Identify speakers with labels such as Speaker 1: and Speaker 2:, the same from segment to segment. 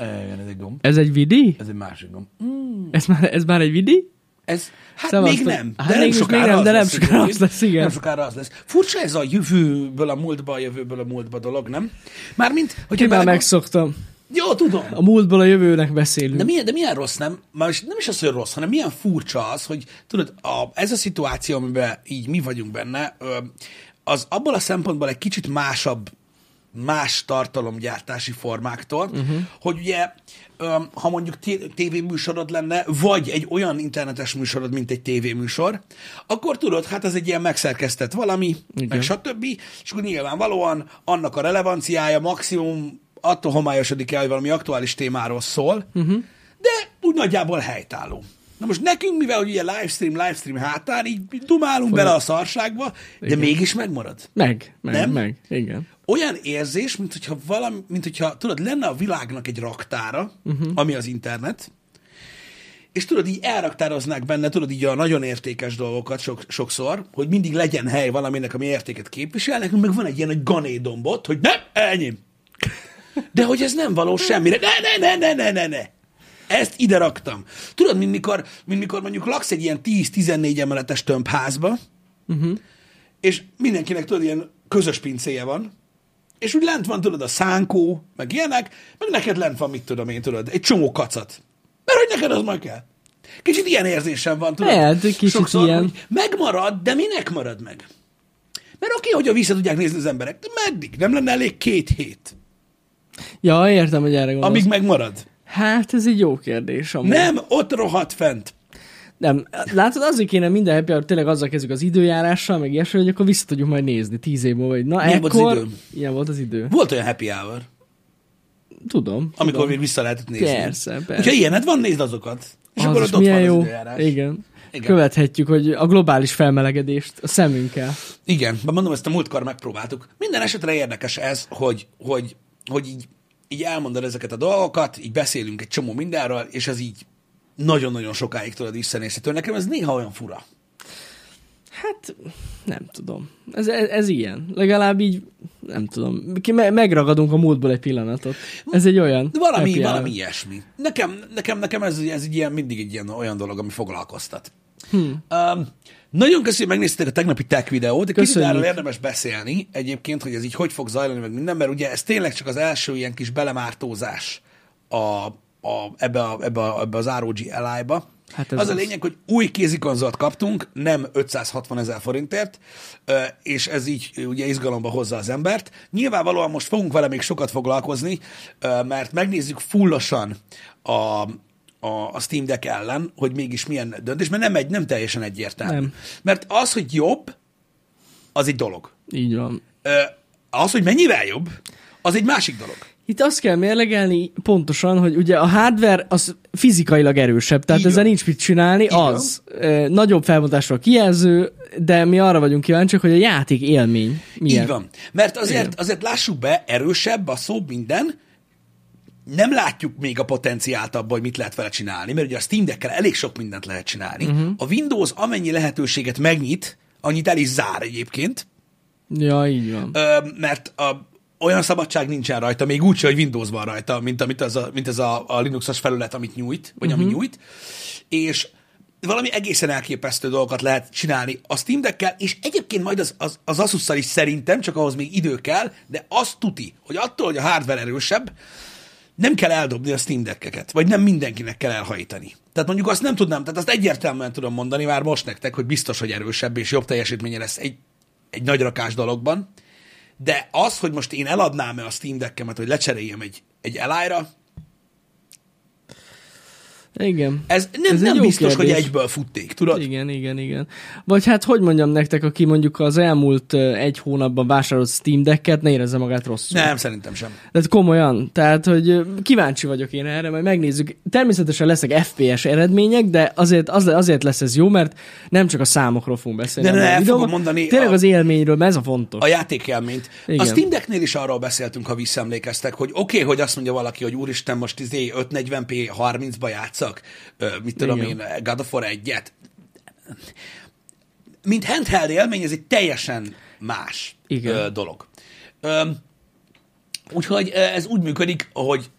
Speaker 1: Igen, ez egy gomb.
Speaker 2: Ez egy vidi?
Speaker 1: Ez egy másik gomb.
Speaker 2: Ez már, ez már egy vidi?
Speaker 1: Ez, hát
Speaker 2: Szevasztok.
Speaker 1: még nem, de
Speaker 2: Hát
Speaker 1: nem
Speaker 2: mégis
Speaker 1: sokára,
Speaker 2: még nem,
Speaker 1: az,
Speaker 2: de nem
Speaker 1: lesz,
Speaker 2: sokára
Speaker 1: egyébként.
Speaker 2: az lesz, igen.
Speaker 1: Nem sokára az lesz. Furcsa ez a jövőből a múltba, a jövőből a múltba dolog, nem? Mármint, hogy
Speaker 2: Én már megszoktam.
Speaker 1: Jó, tudom.
Speaker 2: A múltból a jövőnek beszélünk.
Speaker 1: De milyen, de milyen rossz, nem? Már most nem is az, hogy rossz, hanem milyen furcsa az, hogy tudod, a, ez a szituáció, amiben így mi vagyunk benne, ö, az abból a szempontból egy kicsit másabb, más tartalomgyártási formáktól, uh-huh. hogy ugye, ö, ha mondjuk té- tévéműsorod lenne, vagy egy olyan internetes műsorod, mint egy tévéműsor, akkor tudod, hát ez egy ilyen megszerkesztett valami, Igen. meg stb., és akkor nyilvánvalóan annak a relevanciája maximum attól homályosodik el, hogy valami aktuális témáról szól, uh-huh. de úgy nagyjából helytálló. Na most nekünk, mivel hogy ugye livestream, livestream hátán, így dumálunk bele a szarságba, de mégis megmarad.
Speaker 2: Meg, meg,
Speaker 1: Nem?
Speaker 2: meg. Igen.
Speaker 1: Olyan érzés, mint hogyha, valami, mint hogyha tudod, lenne a világnak egy raktára, uh-huh. ami az internet, és tudod, így elraktároznák benne, tudod, így a nagyon értékes dolgokat sok, sokszor, hogy mindig legyen hely valaminek, ami értéket képvisel, nekünk meg van egy ilyen nagy ganédombot, hogy nem, enyém. De hogy ez nem való semmire. Ne, ne, ne, ne, ne, ne, ne. Ezt ide raktam. Tudod, mint mikor, mint mikor mondjuk laksz egy ilyen 10-14 emeletes tömbházba, uh-huh.
Speaker 2: Mhm.
Speaker 1: és mindenkinek tudod, ilyen közös pincéje van, és úgy lent van, tudod, a szánkó, meg ilyenek, meg neked lent van, mit tudom én, tudod, egy csomó kacat. Mert hogy neked az majd kell. Kicsit ilyen érzésem van, tudod.
Speaker 2: Lehet, egy kicsit ilyen.
Speaker 1: Hogy megmarad, de minek marad meg? Mert oké, hogyha vissza tudják nézni az emberek, de meddig? Nem lenne elég két hét,
Speaker 2: Ja, értem, hogy erre gondolsz.
Speaker 1: amíg megmarad.
Speaker 2: Hát ez egy jó kérdés. Amúgy.
Speaker 1: Nem, ott rohadt fent.
Speaker 2: Nem, látod, azért kéne minden happy hour tényleg azzal kezdjük az időjárással, meg ilyesmi, hogy akkor vissza tudjuk majd nézni tíz év múlva, hogy na
Speaker 1: Ilyen volt
Speaker 2: ekkor...
Speaker 1: az időm.
Speaker 2: Ilyen volt az idő.
Speaker 1: Volt olyan happy hour,
Speaker 2: Tudom.
Speaker 1: amikor
Speaker 2: tudom.
Speaker 1: még vissza lehetett nézni.
Speaker 2: Persze, persze.
Speaker 1: Hogyha ilyened van, nézd azokat. És
Speaker 2: Az
Speaker 1: akkor
Speaker 2: is
Speaker 1: ott, ott
Speaker 2: milyen
Speaker 1: van
Speaker 2: jó.
Speaker 1: az időjárás.
Speaker 2: Igen.
Speaker 1: Igen.
Speaker 2: Igen. Követhetjük, hogy a globális felmelegedést a szemünkkel.
Speaker 1: Igen, de mondom, ezt a múltkor megpróbáltuk. Minden esetre érdekes ez, hogy, hogy, hogy így, így elmondod ezeket a dolgokat, így beszélünk egy csomó mindenről, és ez így nagyon-nagyon sokáig tudod visszanézhető. Nekem ez néha olyan fura.
Speaker 2: Hát nem tudom. Ez, ez, ez ilyen. Legalább így, nem tudom. Ki- me- Megragadunk a múltból egy pillanatot. Ez egy olyan.
Speaker 1: De valami,
Speaker 2: happy hour.
Speaker 1: valami ilyesmi. Nekem, nekem, nekem ez, ez egy ilyen, mindig egy ilyen olyan dolog, ami foglalkoztat. Hmm. Um, nagyon köszönjük, hogy megnéztétek a tegnapi tech videót. Kicsit
Speaker 2: Köszönjük.
Speaker 1: erről érdemes beszélni egyébként, hogy ez így hogy fog zajlani, meg minden, mert ugye ez tényleg csak az első ilyen kis belemártózás a, a, ebbe, a, ebbe, a, ebbe az ROG Ally-ba. Hát
Speaker 2: Hát
Speaker 1: ez az
Speaker 2: ez
Speaker 1: a
Speaker 2: az.
Speaker 1: lényeg, hogy új kézikonzolt kaptunk, nem 560 ezer forintért, ö, és ez így ö, ugye izgalomba hozza az embert. Nyilvánvalóan most fogunk vele még sokat foglalkozni, ö, mert megnézzük fullosan a, a, a Steam Deck ellen, hogy mégis milyen döntés, mert nem, egy, nem teljesen egyértelmű. Nem.
Speaker 2: Nem.
Speaker 1: Mert az, hogy jobb, az egy dolog.
Speaker 2: Így van.
Speaker 1: Ö, Az, hogy mennyivel jobb, az egy másik dolog.
Speaker 2: Itt azt kell mérlegelni pontosan, hogy ugye a hardware az fizikailag erősebb, tehát
Speaker 1: Így
Speaker 2: ezzel
Speaker 1: van.
Speaker 2: nincs mit csinálni,
Speaker 1: van.
Speaker 2: az ö, nagyobb felbontásra kijelző, de mi arra vagyunk kíváncsiak, hogy a játék élmény milyen.
Speaker 1: Így van. Mert azért, azért lássuk be, erősebb a szó minden, nem látjuk még a potenciált abban, hogy mit lehet vele csinálni, mert ugye a Steam Deckkel elég sok mindent lehet csinálni. Uh-huh. A Windows amennyi lehetőséget megnyit, annyit el is zár egyébként,
Speaker 2: Ja, így van.
Speaker 1: ö, mert a, olyan szabadság nincsen rajta, még úgy, hogy Windows van rajta, mint, amit az a, mint ez a, a Linuxos felület, amit nyújt, vagy uh-huh. ami nyújt, és valami egészen elképesztő dolgokat lehet csinálni a Steam Deckkel, és egyébként majd az, az, az asus is szerintem, csak ahhoz még idő kell, de azt tuti, hogy attól, hogy a hardware erősebb, nem kell eldobni a Steam Deckeket, vagy nem mindenkinek kell elhajtani. Tehát mondjuk azt nem tudnám, tehát azt egyértelműen tudom mondani már most nektek, hogy biztos, hogy erősebb és jobb teljesítménye lesz egy, egy nagy rakás dologban, de az, hogy most én eladnám-e a Steam Deckemet, hogy lecseréljem egy, egy elájra,
Speaker 2: Igen.
Speaker 1: ez nem,
Speaker 2: Ez
Speaker 1: ez
Speaker 2: egy
Speaker 1: nem
Speaker 2: jó
Speaker 1: biztos, kérdés. hogy
Speaker 2: kérdés.
Speaker 1: egyből futték, tudod? Igen.
Speaker 2: Igen, igen, igen. Vagy hát, hogy mondjam nektek, aki mondjuk az elmúlt ö, egy hónapban vásárolt Steam Decket, ne érezze magát rosszul.
Speaker 1: Nem, szerintem sem.
Speaker 2: Tehát komolyan. Tehát, hogy ö, kíváncsi vagyok én erre, majd megnézzük. Természetesen lesznek FPS eredmények, de azért, az, azért lesz ez jó, mert nem csak a számokról fogunk beszélni.
Speaker 1: De ne,
Speaker 2: hanem a
Speaker 1: el fogom
Speaker 2: videóban.
Speaker 1: mondani
Speaker 2: Tényleg
Speaker 1: a-
Speaker 2: az élményről, mert ez a fontos.
Speaker 1: A játékélményt. A
Speaker 2: Igen.
Speaker 1: Steam Decknél is arról beszéltünk, ha visszaemlékeztek, hogy oké, okay, hogy azt mondja valaki, hogy úristen, most izé 540p 30-ba játszak, ö, mit tudom
Speaker 2: Igen.
Speaker 1: én, God of War 1-et. Mint handheld élmény, ez egy teljesen más
Speaker 2: Igen.
Speaker 1: Ö, dolog. Ö, úgyhogy ö, ez úgy működik, hogy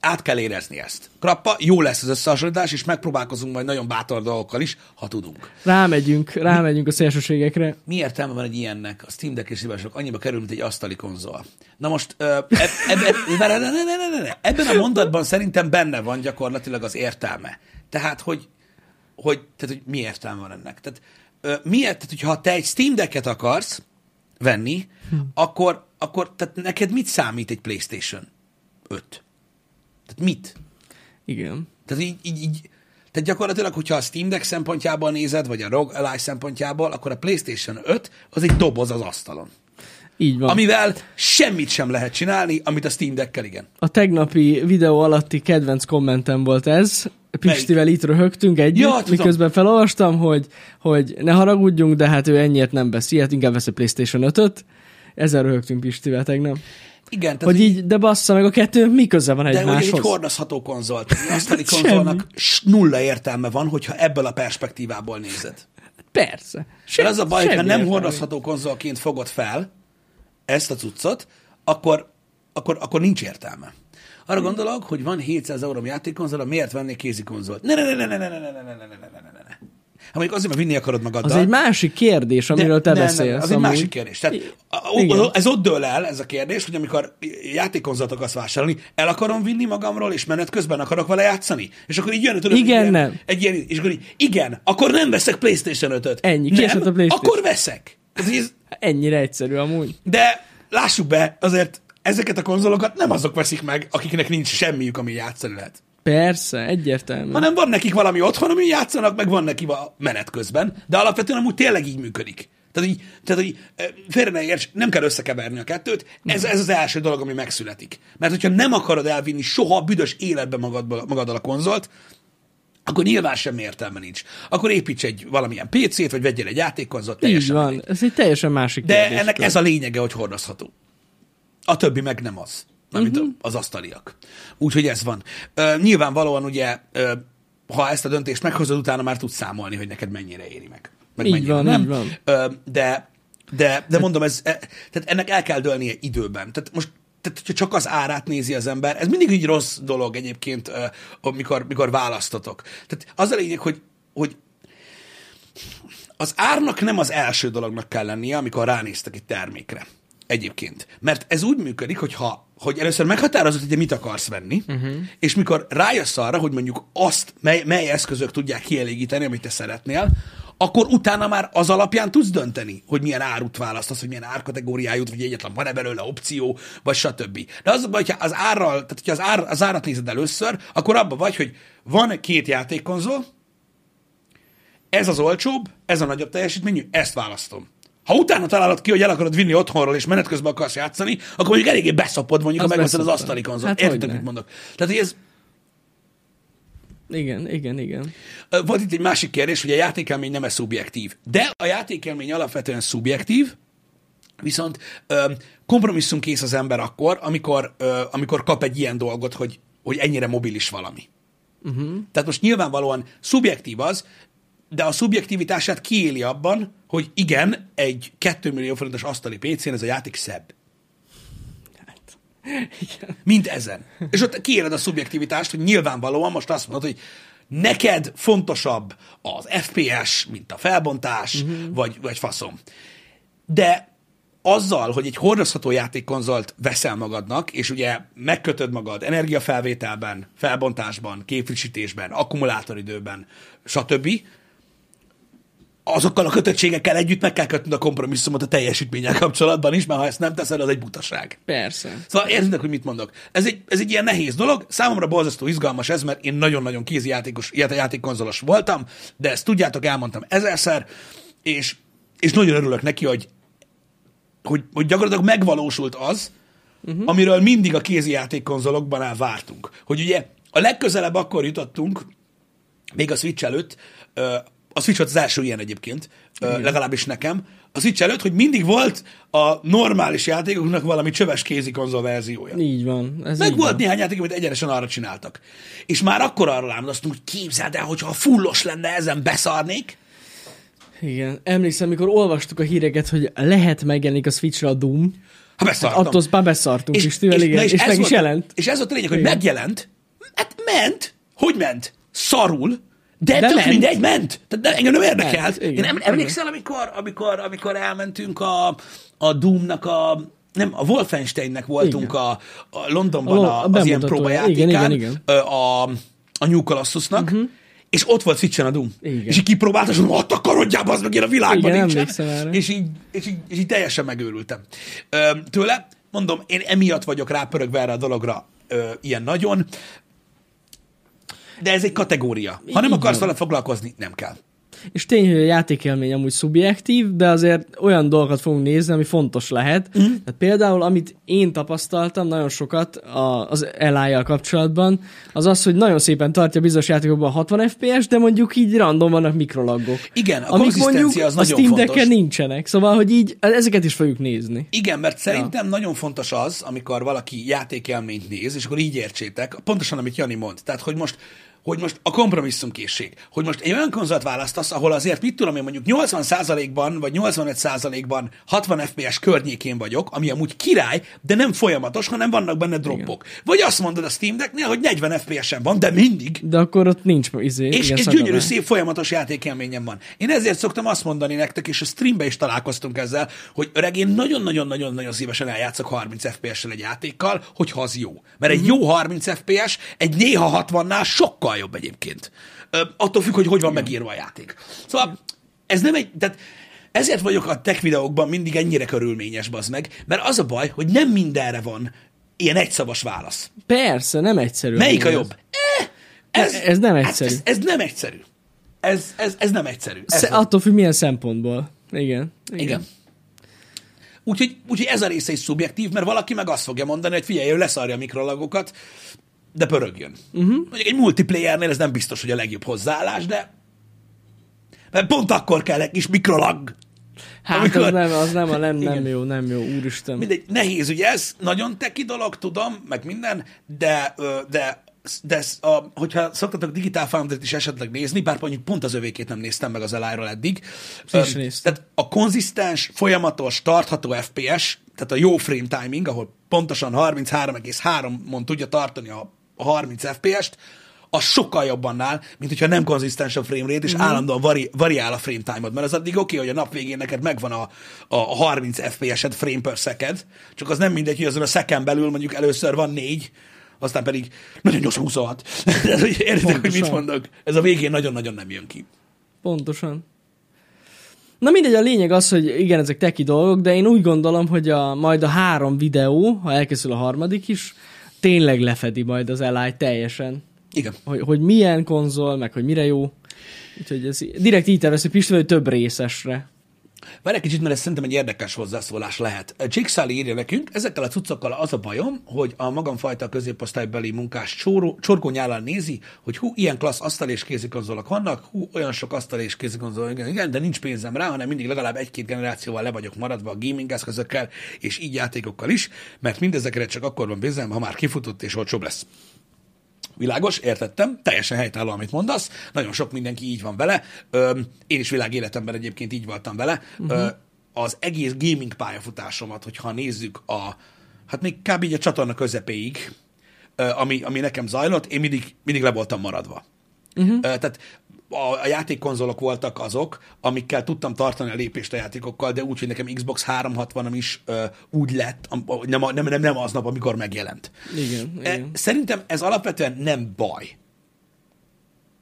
Speaker 1: át kell érezni ezt. Krappa, jó lesz az összehasonlítás, és megpróbálkozunk majd nagyon bátor dolgokkal is, ha tudunk.
Speaker 2: Rámegyünk, rámegyünk a szélsőségekre.
Speaker 1: Mi értelme van egy ilyennek? A Steam Deck és szívások annyiba kerül, mint egy asztali konzol. Na most, ö, eb, eb, eb, várj, ne, ne, ne, ne, ne, ne. ebben a mondatban szerintem benne van gyakorlatilag az értelme. Tehát, hogy, hogy, tehát, hogy mi értelme van ennek? Tehát, ö, miért, tehát, hogyha te egy Steam Decket akarsz venni, akkor, akkor tehát neked mit számít egy PlayStation 5? Tehát mit?
Speaker 2: Igen.
Speaker 1: Tehát így, így, így tehát gyakorlatilag, hogyha a Steam Deck szempontjából nézed, vagy a ROG Ally szempontjából, akkor a PlayStation 5 az egy doboz az asztalon.
Speaker 2: Így van.
Speaker 1: Amivel semmit sem lehet csinálni, amit a Steam Deckkel igen.
Speaker 2: A tegnapi videó alatti kedvenc kommentem volt ez. Pistivel itt röhögtünk együtt,
Speaker 1: Ja, tudom.
Speaker 2: miközben felolvastam, hogy, hogy ne haragudjunk, de hát ő ennyiért nem vesz ilyet, inkább vesz egy PlayStation 5-öt. Ezzel röhögtünk Pistivel tegnap.
Speaker 1: Igen, tehát
Speaker 2: Hogy így, de bassza meg a kettő, mi köze van
Speaker 1: de hogy egy
Speaker 2: egymáshoz?
Speaker 1: hordozható konzol. tehát Egy asztali konzolnak s- nulla értelme van, hogyha ebből a perspektívából nézed.
Speaker 2: Persze.
Speaker 1: Sem, az a baj, hogyha
Speaker 2: semmi
Speaker 1: nem
Speaker 2: értelme.
Speaker 1: hordozható konzolként fogod fel ezt a cuccot, akkor, akkor, akkor nincs értelme.
Speaker 2: Hmm.
Speaker 1: Arra gondolok, hogy van 700 euróm játékkonzol, miért vennék kézi konzolt? Ne, ne, ne, ne, ne, ne, ne, ne, ne, ne, ne, ne, ne, ne, ne. Ha mondjuk azért, mert vinni akarod magaddal.
Speaker 2: Az egy másik kérdés,
Speaker 1: De-
Speaker 2: amiről te
Speaker 1: nem, nem,
Speaker 2: beszélsz.
Speaker 1: Az egy
Speaker 2: amúgy.
Speaker 1: másik kérdés. Tehát,
Speaker 2: I-
Speaker 1: a,
Speaker 2: igen.
Speaker 1: a, ez ott dől el, ez a kérdés, hogy amikor játékkonzolt akarsz vásárolni, el akarom vinni magamról, és menet közben akarok vele játszani. És akkor így jön, tudod,
Speaker 2: Igen,
Speaker 1: egy
Speaker 2: nem.
Speaker 1: Ilyen, egy ilyen, és akkor így, igen, akkor nem veszek PlayStation 5-öt.
Speaker 2: Ennyi,
Speaker 1: nem,
Speaker 2: kiesett a PlayStation.
Speaker 1: akkor veszek. Tehát, hogy ez,
Speaker 2: Ennyire egyszerű amúgy.
Speaker 1: de lássuk be, azért ezeket a konzolokat nem azok veszik meg, akiknek nincs semmiük, ami játszani lehet.
Speaker 2: Persze, egyértelmű.
Speaker 1: Hanem van nekik valami otthon, ami játszanak, meg van neki a menet közben, de alapvetően amúgy tényleg így működik. Tehát, így, tehát hogy ö, félre ne érts, nem kell összekeverni a kettőt, ez, ez az első dolog, ami megszületik. Mert hogyha nem akarod elvinni soha a büdös életbe magadba, magaddal a konzolt, akkor nyilván semmi értelme nincs. Akkor építs egy valamilyen PC-t, vagy vegyél egy játékkonzolt,
Speaker 2: Így
Speaker 1: teljesen
Speaker 2: van. Ez egy teljesen másik
Speaker 1: de
Speaker 2: kérdés.
Speaker 1: ennek ez a lényege, hogy hordozható. A többi meg nem az, amit
Speaker 2: Mhm.
Speaker 1: uh-huh. az asztaliak. Úgyhogy ez van. Ö, nyilvánvalóan ugye, ö, ha ezt a döntést meghozod, utána már tudsz számolni, hogy neked mennyire éri meg. Meg
Speaker 2: Így
Speaker 1: mennyire
Speaker 2: van,
Speaker 1: nem.
Speaker 2: így van.
Speaker 1: Ö, de, de, de mondom, ez, e, tehát ennek el kell dőlnie időben. Tehát most tehát, hogyha csak az árát nézi az ember, ez mindig egy rossz dolog egyébként, ö, amikor, mikor választatok. Tehát az a lényeg, hogy, hogy az árnak nem az első dolognak kell lennie, amikor ránéztek egy termékre. Egyébként. Mert ez úgy működik, hogy ha, hogy először meghatározod, hogy te mit akarsz venni, uh-huh. és mikor rájössz arra, hogy mondjuk azt, mely, mely eszközök tudják kielégíteni, amit te szeretnél, akkor utána már az alapján tudsz dönteni, hogy milyen árut választasz, hogy milyen árkategóriájút, vagy egyetlen van-e belőle opció, vagy stb. De az a baj, hogyha az árral, tehát hogyha az, ár, az árat nézed először, akkor abba vagy, hogy van két játékkonzol, ez az olcsóbb, ez a nagyobb teljesítményű, ezt választom. Ha utána találod ki, hogy el akarod vinni otthonról, és menet közben akarsz játszani, akkor mondjuk eléggé beszapod, mondjuk, ha
Speaker 2: Az
Speaker 1: megveszed az
Speaker 2: beszopta.
Speaker 1: asztali konzolt.
Speaker 2: Hát
Speaker 1: Hát Érted,
Speaker 2: hogyne.
Speaker 1: mit mondok? Tehát, hogy ez,
Speaker 2: Igen, igen, igen.
Speaker 1: ö, volt itt egy másik kérdés, hogy a játékelmény nem-e szubjektív. De a játékelmény alapvetően szubjektív, viszont ö, kompromisszumkész az ember akkor, amikor, ö, amikor kap egy ilyen dolgot, hogy, hogy ennyire mobilis valami. Tehát most nyilvánvalóan szubjektív az, de a szubjektivitását kiéli abban, hogy igen, egy 2 millió forintos asztali PC-n ez a játék szebb.
Speaker 2: Hát, igen.
Speaker 1: Mint ezen. És ott kiéled a szubjektivitást, hogy nyilvánvalóan most azt mondod, hogy neked fontosabb az FPS, mint a felbontás, uh-huh. vagy, vagy faszom. De azzal, hogy egy hordozható játékkonzolt veszel magadnak, és ugye megkötöd magad energiafelvételben, felbontásban, képfrissítésben, akkumulátoridőben, stb., azokkal a kötöttségekkel együtt meg kell kötnöd a kompromisszumot a teljesítménnyel kapcsolatban is, mert ha ezt nem teszed, az egy butaság.
Speaker 2: Persze.
Speaker 1: Szóval értitek, hogy mit mondok. Ez egy, ez egy ilyen nehéz dolog. Számomra borzasztó izgalmas ez, mert én nagyon-nagyon kézi játékos, játékkonzolos voltam, de ezt tudjátok, elmondtam ezerszer, és, és nagyon örülök neki, hogy, hogy, hogy gyakorlatilag megvalósult az, uh-huh. amiről mindig a kézi játékkonzolokban el vártunk. Hogy ugye a legközelebb akkor jutottunk, még a Switch előtt, ö, a Switch volt az első ilyen egyébként, ö, legalábbis nekem, a Switch előtt, hogy mindig volt a normális játékoknak valami csöves kézi konzol verziója.
Speaker 2: Így van. Ez
Speaker 1: Meg
Speaker 2: így
Speaker 1: volt
Speaker 2: Van.
Speaker 1: néhány játék, amit egyenesen arra csináltak. És már akkor arra lámadoztunk, hogy képzeld el, hogyha a fullos lenne, ezen beszarnék.
Speaker 2: Igen. Emlékszem, mikor olvastuk a híreket, hogy lehet megjelenik a Switchre a Doom,
Speaker 1: Ha beszartam.
Speaker 2: Hát attól már beszartunk is, tűvel, igen, és,
Speaker 1: na,
Speaker 2: és,
Speaker 1: ez
Speaker 2: meg is
Speaker 1: volt-
Speaker 2: jelent.
Speaker 1: És ez volt a lényeg, hogy
Speaker 2: Igen.
Speaker 1: megjelent, Hát ment. Hogy ment? Szarul. De, de
Speaker 2: De
Speaker 1: tök
Speaker 2: ment.
Speaker 1: ment. mindegy, ment. Tehát de engem nem érdekelt.
Speaker 2: igen,
Speaker 1: Én em- emlékszel, amikor, amikor, amikor elmentünk a, a Doom-nak a nem, a Wolfensteinnek voltunk a, a Londonban
Speaker 2: A lo-
Speaker 1: a,
Speaker 2: a
Speaker 1: az ilyen
Speaker 2: bemutatója.
Speaker 1: próbajátékán,
Speaker 2: Igen, igen, igen. Mhm.
Speaker 1: ö, a, a New Colossusnak, uh-huh. és ott volt switch a Doom.
Speaker 2: Igen.
Speaker 1: És így kipróbáltam, és mondom, ott a karodjába, az meg én a világban
Speaker 2: Igen, emlékszem erre.
Speaker 1: nincsen. És így, és, így, és így teljesen megőrültem ö, tőle. Mondom, én emiatt vagyok rápörögve erre a dologra ö, ilyen nagyon, de ez egy kategória. Ha nem
Speaker 2: Így
Speaker 1: akarsz
Speaker 2: van.
Speaker 1: vele foglalkozni, nem kell.
Speaker 2: És tény, hogy a játékélmény amúgy szubjektív, de azért olyan dolgokat fogunk nézni, ami fontos lehet.
Speaker 1: Mhm.
Speaker 2: Mm. Tehát például, amit én tapasztaltam nagyon sokat a, az li kapcsolatban, az az, hogy nagyon szépen tartja bizonyos játékokban a 60 FPS, de mondjuk így random vannak mikrolaggok.
Speaker 1: Igen, a
Speaker 2: Amik
Speaker 1: konzisztencia
Speaker 2: mondjuk
Speaker 1: az
Speaker 2: a
Speaker 1: nagyon
Speaker 2: Steam
Speaker 1: fontos.
Speaker 2: Decken nincsenek. Szóval, hogy így ezeket is fogjuk nézni.
Speaker 1: Igen, mert szerintem ja. nagyon fontos az, amikor valaki játékélményt néz, és akkor így értsétek, pontosan amit Jani mond. Tehát, hogy most hogy most a kompromisszumkészség, hogy most egy olyan konzolt választasz, ahol azért, mit tudom én, mondjuk 80%-ban vagy 85%-ban 60 FPS környékén vagyok, ami amúgy király, de nem folyamatos, hanem vannak benne droppok. Igen. Vagy azt mondod a Steam Decknél, hogy 40 FPS-en van, de mindig.
Speaker 2: De akkor ott nincs izé.
Speaker 1: És,
Speaker 2: igen,
Speaker 1: és
Speaker 2: szakadvány.
Speaker 1: gyönyörű, szép, folyamatos játékélményem van. Én ezért szoktam azt mondani nektek, és a streambe is találkoztunk ezzel, hogy öreg, én nagyon-nagyon-nagyon-nagyon szívesen eljátszok 30 FPS-sel egy játékkal, hogyha az jó. Mert egy jó 30 FPS egy néha 60-nál sokkal jobb egyébként. Ö, attól függ, hogy hogy van megírva a játék. Szóval ez nem egy... Tehát ezért vagyok a tech videókban mindig ennyire körülményes, bazd meg, mert az a baj, hogy nem mindenre van ilyen egyszavas válasz.
Speaker 2: Persze, nem egyszerű.
Speaker 1: Melyik a
Speaker 2: amúgy ez.
Speaker 1: jobb? Eh, Ez, hát
Speaker 2: Ez nem egyszerű.
Speaker 1: Ez, ez nem egyszerű. Ez, ez, ez nem egyszerű. Ez
Speaker 2: Sze-
Speaker 1: van.
Speaker 2: attól függ, milyen szempontból. Igen.
Speaker 1: Igen. Úgyhogy, úgyhogy ez a része is szubjektív, mert valaki meg azt fogja mondani, hogy figyelj, ő leszarja a mikrolagokat, de pörögjön. Uh-huh. Mondjuk egy multiplayernél ez nem biztos, hogy a legjobb hozzáállás, de mert pont akkor kell egy kis mikrolag.
Speaker 2: Hát Amikor...
Speaker 1: Amikor-
Speaker 2: az nem, az nem, a nem, nem
Speaker 1: Igen.
Speaker 2: jó, nem jó, úristen.
Speaker 1: Mindegy, nehéz, ugye ez nagyon teki dolog, tudom, meg minden, de, ö, de, de ez a, hogyha szoktatok Digital Foundry-t is esetleg nézni, bár mondjuk pont az övékét nem néztem meg az elájról eddig.
Speaker 2: Én sem
Speaker 1: Öm,
Speaker 2: néztem.
Speaker 1: tehát a konzisztens, folyamatos, tartható FPS, tehát a jó frame timing, ahol pontosan 33,3-on tudja tartani a a 30 FPS-t, az sokkal jobban áll, mint hogyha nem konzisztens a frame rate, és mm. állandóan vari, variál a frame time-od. Mert az addig oké, okay, hogy a nap végén neked megvan a, a 30 FPS-ed frame per second, csak az nem mindegy, hogy azon a second belül mondjuk először van négy, aztán pedig nagyon gyorsan 26. Tehát, hogy Értitek, hogy mit
Speaker 2: Pontosan.
Speaker 1: mondok? Ez a végén nagyon-nagyon nem jön ki.
Speaker 2: Pontosan. Na mindegy, a lényeg az, hogy igen, ezek teki dolgok, de én úgy gondolom, hogy a, majd a három videó, ha elkészül a harmadik is, tényleg lefedi majd az Eli teljesen.
Speaker 1: Igen.
Speaker 2: Hogy, hogy milyen konzol, meg hogy mire jó. Úgyhogy ez í- direkt így tervezi Pistő, hogy több részesre.
Speaker 1: Várj egy kicsit, mert ez szerintem egy érdekes hozzászólás lehet. Jake Sully írja nekünk, ezekkel a cuccokkal az a bajom, hogy a magamfajta középosztálybeli munkás csóró, csorgonyállal nézi, hogy hú, ilyen klassz asztal és kézikonzolok vannak, hú, olyan sok asztal és kézikonzol, igen, igen, de nincs pénzem rá, hanem mindig legalább egy-két generációval le vagyok maradva a gaming eszközökkel, és így játékokkal is, mert mindezekre csak akkor van pénzem, ha már kifutott és olcsóbb lesz. Világos, értettem, teljesen helytálló, amit mondasz. Nagyon sok mindenki így van vele. Ö, én is világéletemben egyébként így voltam vele. Uh-huh. Ö, az egész gaming pályafutásomat, hogyha nézzük a, hát még kb. így a csatorna közepéig, ö, ami, ami nekem zajlott, én mindig, mindig le voltam maradva. Uh-huh. Ö, tehát a, a játékkonzolok voltak azok, amikkel tudtam tartani a lépést a játékokkal, de úgy, hogy nekem Xbox 360-am is ö, úgy lett, am, nem, a- nem, nem, nem aznap, amikor megjelent.
Speaker 2: Igen,
Speaker 1: E,
Speaker 2: igen.
Speaker 1: Szerintem ez alapvetően nem baj.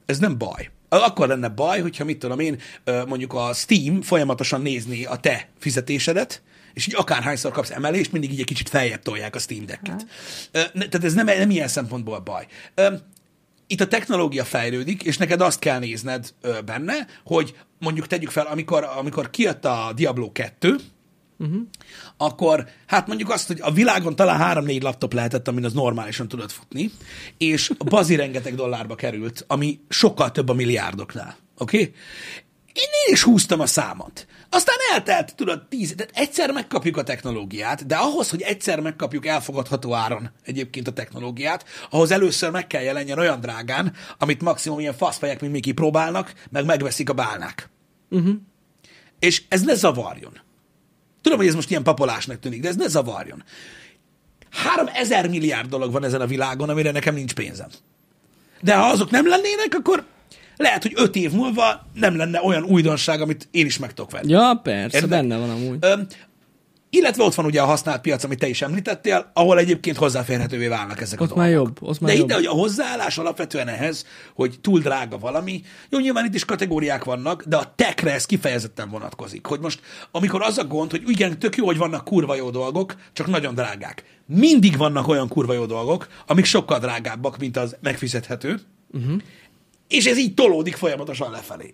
Speaker 1: Ez nem baj. Akkor lenne baj, hogyha mit tudom én, ö, mondjuk a Steam folyamatosan nézni a te fizetésedet, és így akárhányszor kapsz emelést, mindig így egy kicsit feljebb tolják a Steam Decket. Ö, ne- Tehát ez nem, nem ilyen szempontból baj. Ö, Itt a technológia fejlődik, és neked azt kell nézned ö, benne, hogy mondjuk tegyük fel, amikor, amikor kijött a Diablo 2, akkor hát mondjuk azt, hogy a világon talán 3-4 laptop lehetett, amin az normálisan tudott futni, és a bazi rengeteg dollárba került, ami sokkal több a milliárdoknál. Oké? Okay? Én, én is húztam a számot. Aztán eltelt, tudod, tíz, tehát egyszer megkapjuk a technológiát, de ahhoz, hogy egyszer megkapjuk elfogadható áron egyébként a technológiát, ahhoz először meg kell jelenjen olyan drágán, amit maximum ilyen faszfejek, mint mi kipróbálnak, meg megveszik a bálnák. És ez ne zavarjon. Tudom, hogy ez most ilyen papolásnak tűnik, de ez ne zavarjon. Három ezer milliárd dolog van ezen a világon, amire nekem nincs pénzem. de ha azok nem lennének, akkor lehet, hogy öt év múlva nem lenne olyan újdonság, amit én is meg tudok venni.
Speaker 2: Ja, persze,
Speaker 1: Érted?
Speaker 2: szóval benne van amúgy.
Speaker 1: Öm, illetve ott van ugye a használt piac, amit te is említettél, ahol egyébként hozzáférhetővé válnak ezek a
Speaker 2: Ott már
Speaker 1: dolgok.
Speaker 2: jobb, ott már
Speaker 1: De
Speaker 2: jobb.
Speaker 1: hidd el, hogy a hozzáállás alapvetően ehhez, hogy túl drága valami, jó, nyilván itt is kategóriák vannak, de a tekre ez kifejezetten vonatkozik. Hogy most, amikor az a gond, hogy igen, tök jó, hogy vannak kurva jó dolgok, csak nagyon drágák. Mindig vannak olyan kurva jó dolgok, amik sokkal drágábbak, mint az megfizethető,
Speaker 2: Mhm.
Speaker 1: uh-huh. és ez így tolódik folyamatosan lefelé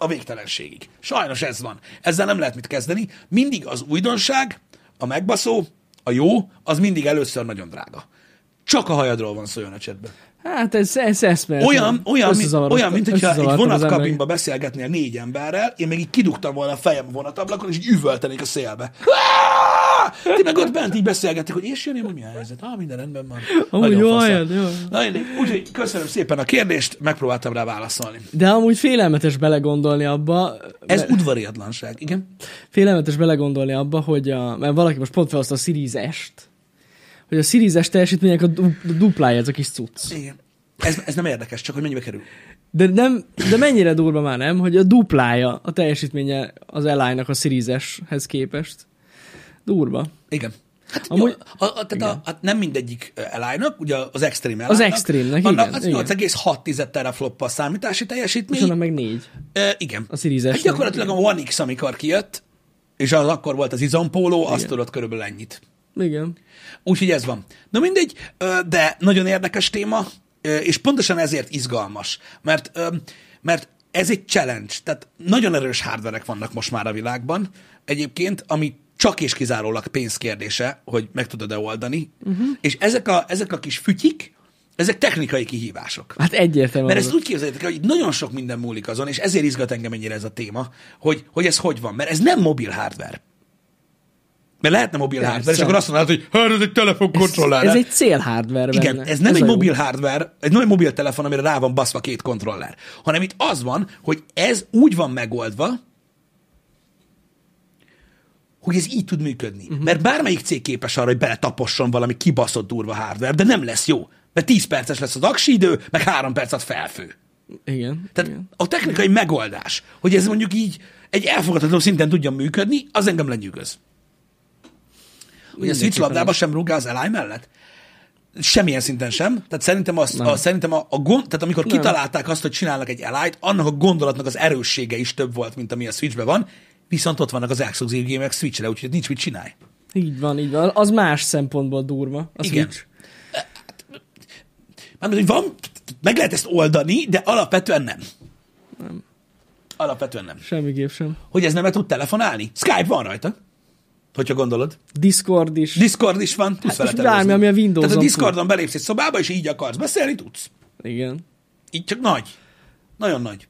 Speaker 1: a végtelenségig. Sajnos ez van. Ezzel nem lehet mit kezdeni. Mindig az újdonság, a megbaszó, a jó, az mindig először nagyon drága. Csak a hajadról van szó jön a csetben.
Speaker 2: Hát ez, ez eszméletlen.
Speaker 1: Olyan, olyan, mint,
Speaker 2: Összezavarodta-
Speaker 1: olyan, mint hogyha egy
Speaker 2: összezavarodtak az emberek.
Speaker 1: vonatkabinba beszélgetnél négy emberrel, én meg így kidugtam volna a fejem a vonatablakon, és így üvöltenék a szélbe. Áááá! Ti meg ott bent így beszélgettek, hogy és jön, hogy mi a helyzet? Ah, minden rendben van.
Speaker 2: Amúgy
Speaker 1: Nagyon
Speaker 2: jól
Speaker 1: fasza.
Speaker 2: jön, jól jön.
Speaker 1: Na, én- Úgyhogy köszönöm szépen a kérdést, megpróbáltam rá válaszolni.
Speaker 2: De amúgy félelmetes belegondolni abba,
Speaker 1: Ez udvariatlanság, igen?
Speaker 2: félelmetes belegondolni abba, hogy a, mert valaki most pont felhozta a Series S-t, hogy a Series S teljesítmények a, du, a duplája ez a kis cucc.
Speaker 1: Igen. Ez, ez nem érdekes, csak hogy mennyibe kerül.
Speaker 2: De, nem, de mennyire durva már nem, hogy a duplája a teljesítménye az Eli-nak a Series S-hez képest. Durva.
Speaker 1: Igen. Hát,
Speaker 2: Amúgy-
Speaker 1: Amúgy, a, a, tehát a, a, nem mindegyik elájnak, ugye az extrém
Speaker 2: Az Extreme-nek, igen,
Speaker 1: Az
Speaker 2: igen.
Speaker 1: 8,6 teraflop a számítási teljesítmény.
Speaker 2: És annak meg négy.
Speaker 1: E, igen.
Speaker 2: a Series S-nek.
Speaker 1: hát gyakorlatilag a One X, amikor kijött, és az akkor volt az izompóló, azt tudott körülbelül ennyit.
Speaker 2: Igen.
Speaker 1: Úgyhogy ez van. Na mindegy, ö, de nagyon érdekes téma, ö, és pontosan ezért izgalmas, mert, ö, mert ez egy challenge, tehát nagyon erős hardverek vannak most már a világban egyébként, ami csak és kizárólag pénzkérdése, hogy meg tudod-e oldani, uh-huh. és ezek a, ezek a kis fütyik, ezek technikai kihívások.
Speaker 2: Hát egyértelműen.
Speaker 1: Mert
Speaker 2: az-
Speaker 1: ezt úgy képzeljétek el, hogy nagyon sok minden múlik azon, és ezért izgat engem ennyire ez a téma, hogy, hogy ez hogy van. Mert ez nem mobil hardware. Mert lehetne mobil
Speaker 2: Persze.
Speaker 1: hardware, és akkor azt mondod, hogy hát ez egy telefonkontroller.
Speaker 2: ez, ez egy cél hardware
Speaker 1: igen,
Speaker 2: benne.
Speaker 1: ez nem
Speaker 2: a
Speaker 1: egy
Speaker 2: jó.
Speaker 1: mobil hardware, egy nem egy mobiltelefon, amire rá van baszva két kontroller, hanem itt az van, hogy ez úgy van megoldva, hogy ez így tud működni.
Speaker 2: Mhm.
Speaker 1: Uh-huh. Mert bármelyik cég képes arra, hogy beletaposson valami kibaszott durva hardware, de nem lesz jó. Mert 10 perces lesz az aksi idő, meg 3 perc ad felfő.
Speaker 2: Igen.
Speaker 1: Tehát
Speaker 2: igen.
Speaker 1: a technikai megoldás, hogy ez mondjuk így egy elfogadható szinten tudjon működni, az engem lenyűgöz. Hogy a Switch labdába sem rúgál az Eli mellett? Semmilyen szinten sem. Tehát szerintem, az, a, szerintem a, a gond, tehát amikor
Speaker 2: Nem.
Speaker 1: kitalálták azt, hogy csinálnak egy eli annak a gondolatnak az erőssége is több volt, mint ami a Switchben van, viszont ott vannak az exclusive gémek Switchre, úgyhogy nincs mit csinálj.
Speaker 2: Így van, így van. Az más szempontból durva. A
Speaker 1: Igen.
Speaker 2: Switch.
Speaker 1: Mármint, hogy van, meg lehet ezt oldani, de alapvetően nem. Alapvetően nem.
Speaker 2: Semmiképp sem.
Speaker 1: hogy ez nem tud telefonálni. Skype van rajta, hogyha gondolod.
Speaker 2: Discord is.
Speaker 1: Discord is van, tudsz
Speaker 2: Hát,
Speaker 1: vele
Speaker 2: és
Speaker 1: telefonálni.
Speaker 2: bármi, ami a Windowson
Speaker 1: Tehát a
Speaker 2: tud.
Speaker 1: Discordon belépsz egy szobába, és így akarsz beszélni, tudsz.
Speaker 2: Igen.
Speaker 1: Így csak nagy. Nagyon nagy.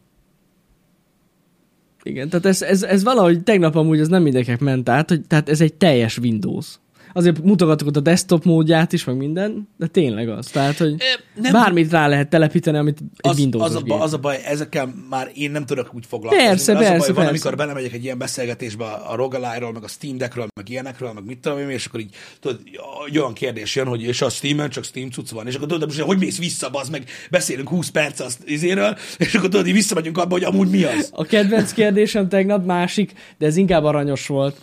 Speaker 2: Igen, tehát ez, ez, ez valahogy tegnap amúgy ez nem mindenkinek ment át, hogy, tehát ez egy teljes Windows. Azért mutogatok ott a desktop módját is, meg minden, de tényleg az. Tehát, hogy
Speaker 1: Ö,
Speaker 2: nem,
Speaker 1: nem-
Speaker 2: bármit rá lehet telepíteni, amit egy
Speaker 1: Az,
Speaker 2: Windows
Speaker 1: az, a, ba- az a baj, ezekkel már én nem tudok úgy foglalkozni.
Speaker 2: Persze,
Speaker 1: mert az a
Speaker 2: persze,
Speaker 1: baj van,
Speaker 2: persze.
Speaker 1: amikor belemegyek egy ilyen beszélgetésbe a, a rogalájról, meg a Steam Deckről, meg ilyenekről, meg mit tudom én, és akkor így tudod, egy olyan kérdés jön, hogy és a Steamen csak Steam cucc van, és akkor tudod, de most hogy mész vissza, az meg beszélünk 20 perc az izéről, és akkor tudod, így visszamegyünk abba, hogy amúgy mi az.
Speaker 2: A kedvenc kérdésem tegnap másik, de ez inkább aranyos volt.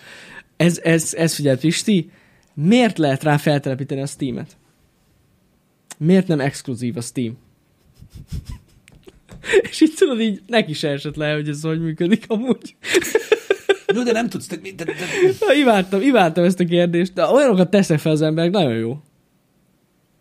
Speaker 2: Ez, ez, ez figyelt Pisti, miért lehet rá feltelepíteni a Steam-et? Miért nem exkluzív a Steam? És így tudod, így neki se esett le, hogy ez hogy működik amúgy.
Speaker 1: Jó, de nem tudsz. Te, te, te,
Speaker 2: Na, imádtam, imádtam ezt a kérdést, de olyanokat tesznek fel az emberek, nagyon jó.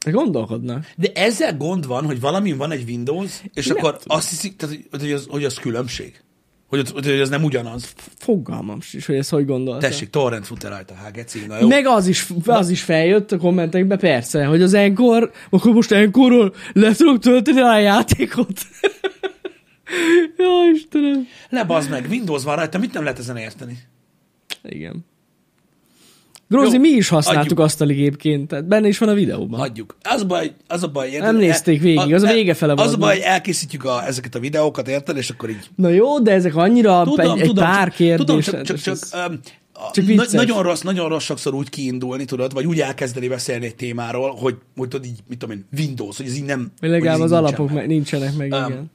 Speaker 2: De gondolkodnak.
Speaker 1: De ezzel gond van, hogy valamin van egy Windows, és nem
Speaker 2: Nem
Speaker 1: akkor
Speaker 2: tudom.
Speaker 1: tudom. azt hiszik, tehát, hogy- hogy, az, hogy az különbség. Hogy, ott- hogy az nem ugyanaz.
Speaker 2: Fogalmam sincs, hogy ezt hogy gondolta.
Speaker 1: Tessék, torrent fut el rajta, hát geci, na jó.
Speaker 2: Meg az is, az is feljött a kommentekbe, persze, hogy az Encore, akkor most Encore-ról le tudok tölteni a játékot. Jaj, Istenem.
Speaker 1: Ne bazd meg, Windows van rajta, mit nem lehet ezen érteni?
Speaker 2: Igen. Grózi,
Speaker 1: Jó,
Speaker 2: mi is használtuk
Speaker 1: adjuk.
Speaker 2: azt a ligépként, tehát benne is van a videóban.
Speaker 1: Hagyjuk. Az a baj, az a baj. érted?
Speaker 2: Nem nézték végig, az a vége fele
Speaker 1: Az a
Speaker 2: volt,
Speaker 1: baj,
Speaker 2: nem?
Speaker 1: elkészítjük a, ezeket a videókat, érted, és akkor így
Speaker 2: Na jó, de ezek annyira egy, egy pár
Speaker 1: Tudom,
Speaker 2: kérdés.
Speaker 1: csak, csak,
Speaker 2: és
Speaker 1: csak
Speaker 2: ez-
Speaker 1: öm, a-
Speaker 2: Csak
Speaker 1: na-
Speaker 2: vicces.
Speaker 1: nagyon rossz, nagyon rossz sokszor úgy kiindulni, tudod, vagy úgy elkezdeni beszélni egy témáról, hogy, hogy tudod, így, mit tudom én, Windows, hogy ez így nem...
Speaker 2: Vagy legalább
Speaker 1: hogy
Speaker 2: az
Speaker 1: ez így nincsen
Speaker 2: alapok meg, nincsenek meg,
Speaker 1: Öm,
Speaker 2: igen.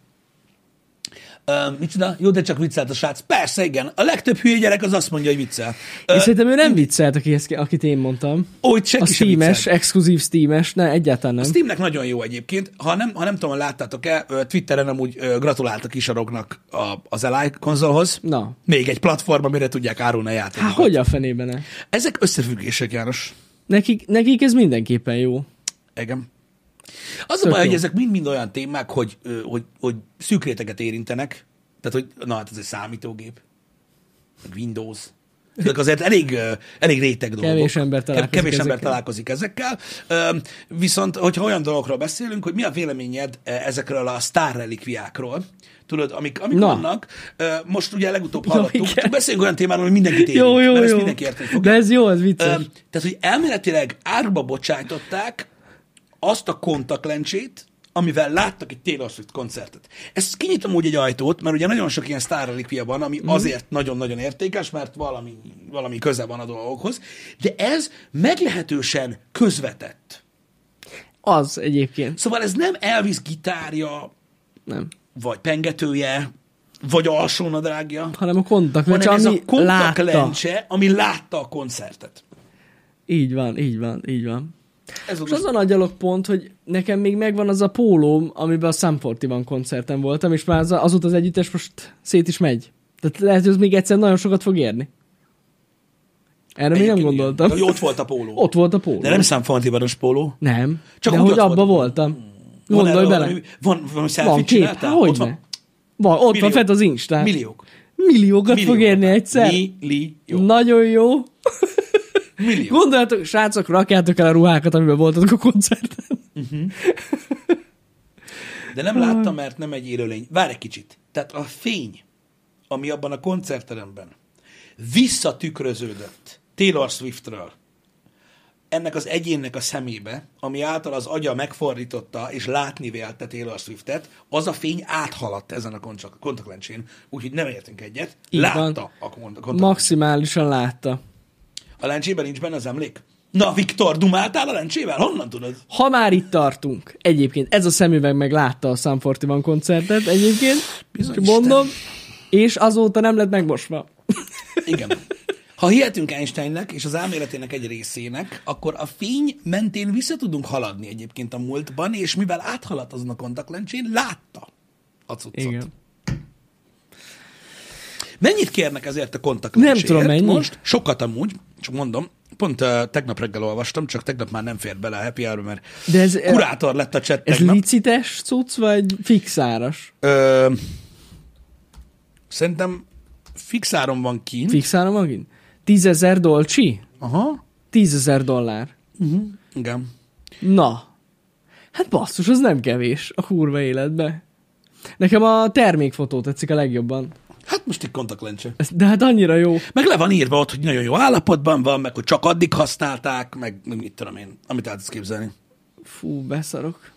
Speaker 1: Ö, micsoda? Jó, de csak viccelt a srác. Persze, igen. A legtöbb hülye gyerek az azt mondja, hogy viccel. Ö,
Speaker 2: És szerintem ő nem viccelt, aki ezt- akit én mondtam.
Speaker 1: Ó, itt senki
Speaker 2: A
Speaker 1: sem
Speaker 2: Steam-es,
Speaker 1: viccelt.
Speaker 2: exkluzív Steam-es, ne, egyáltalán nem.
Speaker 1: A Steamnek nagyon jó egyébként. Ha nem, ha nem tudom, láttátok-e, ö, Twitteren amúgy ö, gratuláltak Isarognak a, az Eli konzolhoz.
Speaker 2: Na.
Speaker 1: Még egy platform, amire tudják árulni a játékokat.
Speaker 2: Hát hogy a fenében ne?
Speaker 1: Ezek összefüggések, János.
Speaker 2: Nekik, nekik ez mindenképpen jó.
Speaker 1: Igen. Az a
Speaker 2: Tök
Speaker 1: baj,
Speaker 2: jó.
Speaker 1: hogy ezek mind-mind olyan témák, hogy, ö, hogy, hogy szűk réteget érintenek. Tehát, hogy na hát ez egy számítógép, meg Windows. Ezek azért elég, ö, elég réteg dolgok.
Speaker 2: Kevés ember találkozik
Speaker 1: Kevés ember
Speaker 2: ezekkel.
Speaker 1: találkozik ezekkel. Ö, Viszont, hogyha olyan dolgokról beszélünk, hogy mi a véleményed ö, ezekről a sztár relikviákról, tudod, amik, amik
Speaker 2: Na.
Speaker 1: vannak, ö, most ugye legutóbb hallottuk,
Speaker 2: igen.
Speaker 1: csak beszéljünk olyan témáról, hogy mindenkit érint,
Speaker 2: Jó, jó,
Speaker 1: Hát mert ezt
Speaker 2: jó.
Speaker 1: mindenki érteni fogja.
Speaker 2: De ez jó, ez
Speaker 1: Ö,
Speaker 2: vicces.
Speaker 1: tehát, hogy elméletileg árba bocsájtották azt a kontaktlencsét, amivel láttak egy Taylor Swift koncertet. Ezt kinyitom úgy egy ajtót, mert ugye nagyon sok ilyen sztárrelikvia van, ami
Speaker 2: Mhm.
Speaker 1: azért nagyon-nagyon értékes, mert valami, valami köze van a dolgokhoz, de ez meglehetősen közvetett.
Speaker 2: Az egyébként.
Speaker 1: Szóval ez nem Elvis gitárja,
Speaker 2: Nem.
Speaker 1: vagy pengetője, vagy alsónadrágja,
Speaker 2: Hanem a kontakt, mert
Speaker 1: hanem ez
Speaker 2: Hát, ami
Speaker 1: a
Speaker 2: látta.
Speaker 1: kontaktlencse, ami látta a koncertet.
Speaker 2: Így van, így van, így van.
Speaker 1: Ez
Speaker 2: És azon a gyalogpont, hogy nekem még megvan az a pólóm, amiben a Samforti van koncerten voltam, és már az, azóta az együttes most szét is megy. Tehát lehet, hogy ez még egyszer nagyon sokat fog érni. Erre még nem
Speaker 1: Egyébként
Speaker 2: gondoltam.
Speaker 1: igen. Jó, ott volt a póló.
Speaker 2: Ott volt a póló.
Speaker 1: De nem számfantibaros póló.
Speaker 2: Nem.
Speaker 1: Csak
Speaker 2: Csak de
Speaker 1: úgy
Speaker 2: hogy
Speaker 1: ott
Speaker 2: abba
Speaker 1: volt.
Speaker 2: voltam.
Speaker 1: Van
Speaker 2: Gondolj
Speaker 1: erről
Speaker 2: bele.
Speaker 1: valami- Van valami
Speaker 2: Van
Speaker 1: selfie
Speaker 2: kép, hát hogy ne? Van, ott
Speaker 1: Millió.
Speaker 2: van fent az Instán.
Speaker 1: Milliók.
Speaker 2: Milliókat fog érni egyszer.
Speaker 1: Millió.
Speaker 2: Nagyon jó.
Speaker 1: Millió.
Speaker 2: Gondoljátok, srácok, rakjátok el a ruhákat, amiben voltatok a koncerten.
Speaker 1: De nem láttam, mert nem egy élőlény. Várj egy kicsit. Tehát a fény, ami abban a koncertteremben visszatükröződött Taylor Swiftről, ennek az egyénnek a szemébe, ami által az agya megfordította és látni vélte Taylor Swiftet, az a fény áthaladt ezen a koncsak- kontaktlencsén, úgyhogy nem értünk egyet.
Speaker 2: Így van.
Speaker 1: Látta a kont- kontaktlencsét.
Speaker 2: Maximálisan látta.
Speaker 1: A lencsében nincs benne az emlék? Na, Viktor, dumáltál a lencsével? Honnan tudod?
Speaker 2: Ha már itt tartunk, egyébként ez a szemüveg meg látta a Sam Fortiban koncertet egyébként,
Speaker 1: Bizony,
Speaker 2: Csak mondom,
Speaker 1: Isten.
Speaker 2: és azóta nem lett megmosva.
Speaker 1: Igen. Ha hihetünk Einsteinnek és az elméletének egy részének, akkor a fény mentén vissza tudunk haladni egyébként a múltban, és mivel áthaladt azon a kontaktlencsén, látta a cuccot.
Speaker 2: Igen.
Speaker 1: Mennyit kérnek ezért a kontaktlencsért?
Speaker 2: Nem tudom, mennyi.
Speaker 1: Most sokat amúgy, csak mondom, pont uh, tegnap reggel olvastam, csak tegnap már nem fér bele a happy hour, mert
Speaker 2: De ez,
Speaker 1: kurátor lett a chat
Speaker 2: ez
Speaker 1: tegnap.
Speaker 2: licites cucc, vagy fixáras?
Speaker 1: Ö, szerintem fixáron van kint.
Speaker 2: Fixára magint? Tízezer dolcsi?
Speaker 1: Aha.
Speaker 2: Tízezer dollár.
Speaker 1: Uh-huh. Igen.
Speaker 2: Na. Hát basszus, az nem kevés a kurva életbe. Nekem a termékfotó tetszik a legjobban.
Speaker 1: Hát most itt kontaktlencse.
Speaker 2: Ez- De hát annyira jó.
Speaker 1: Meg le van írva ott, hogy nagyon jó állapotban van, meg hogy csak addig használták, meg meg mit tudom én, amit el tudsz képzelni.
Speaker 2: Fú, beszarok.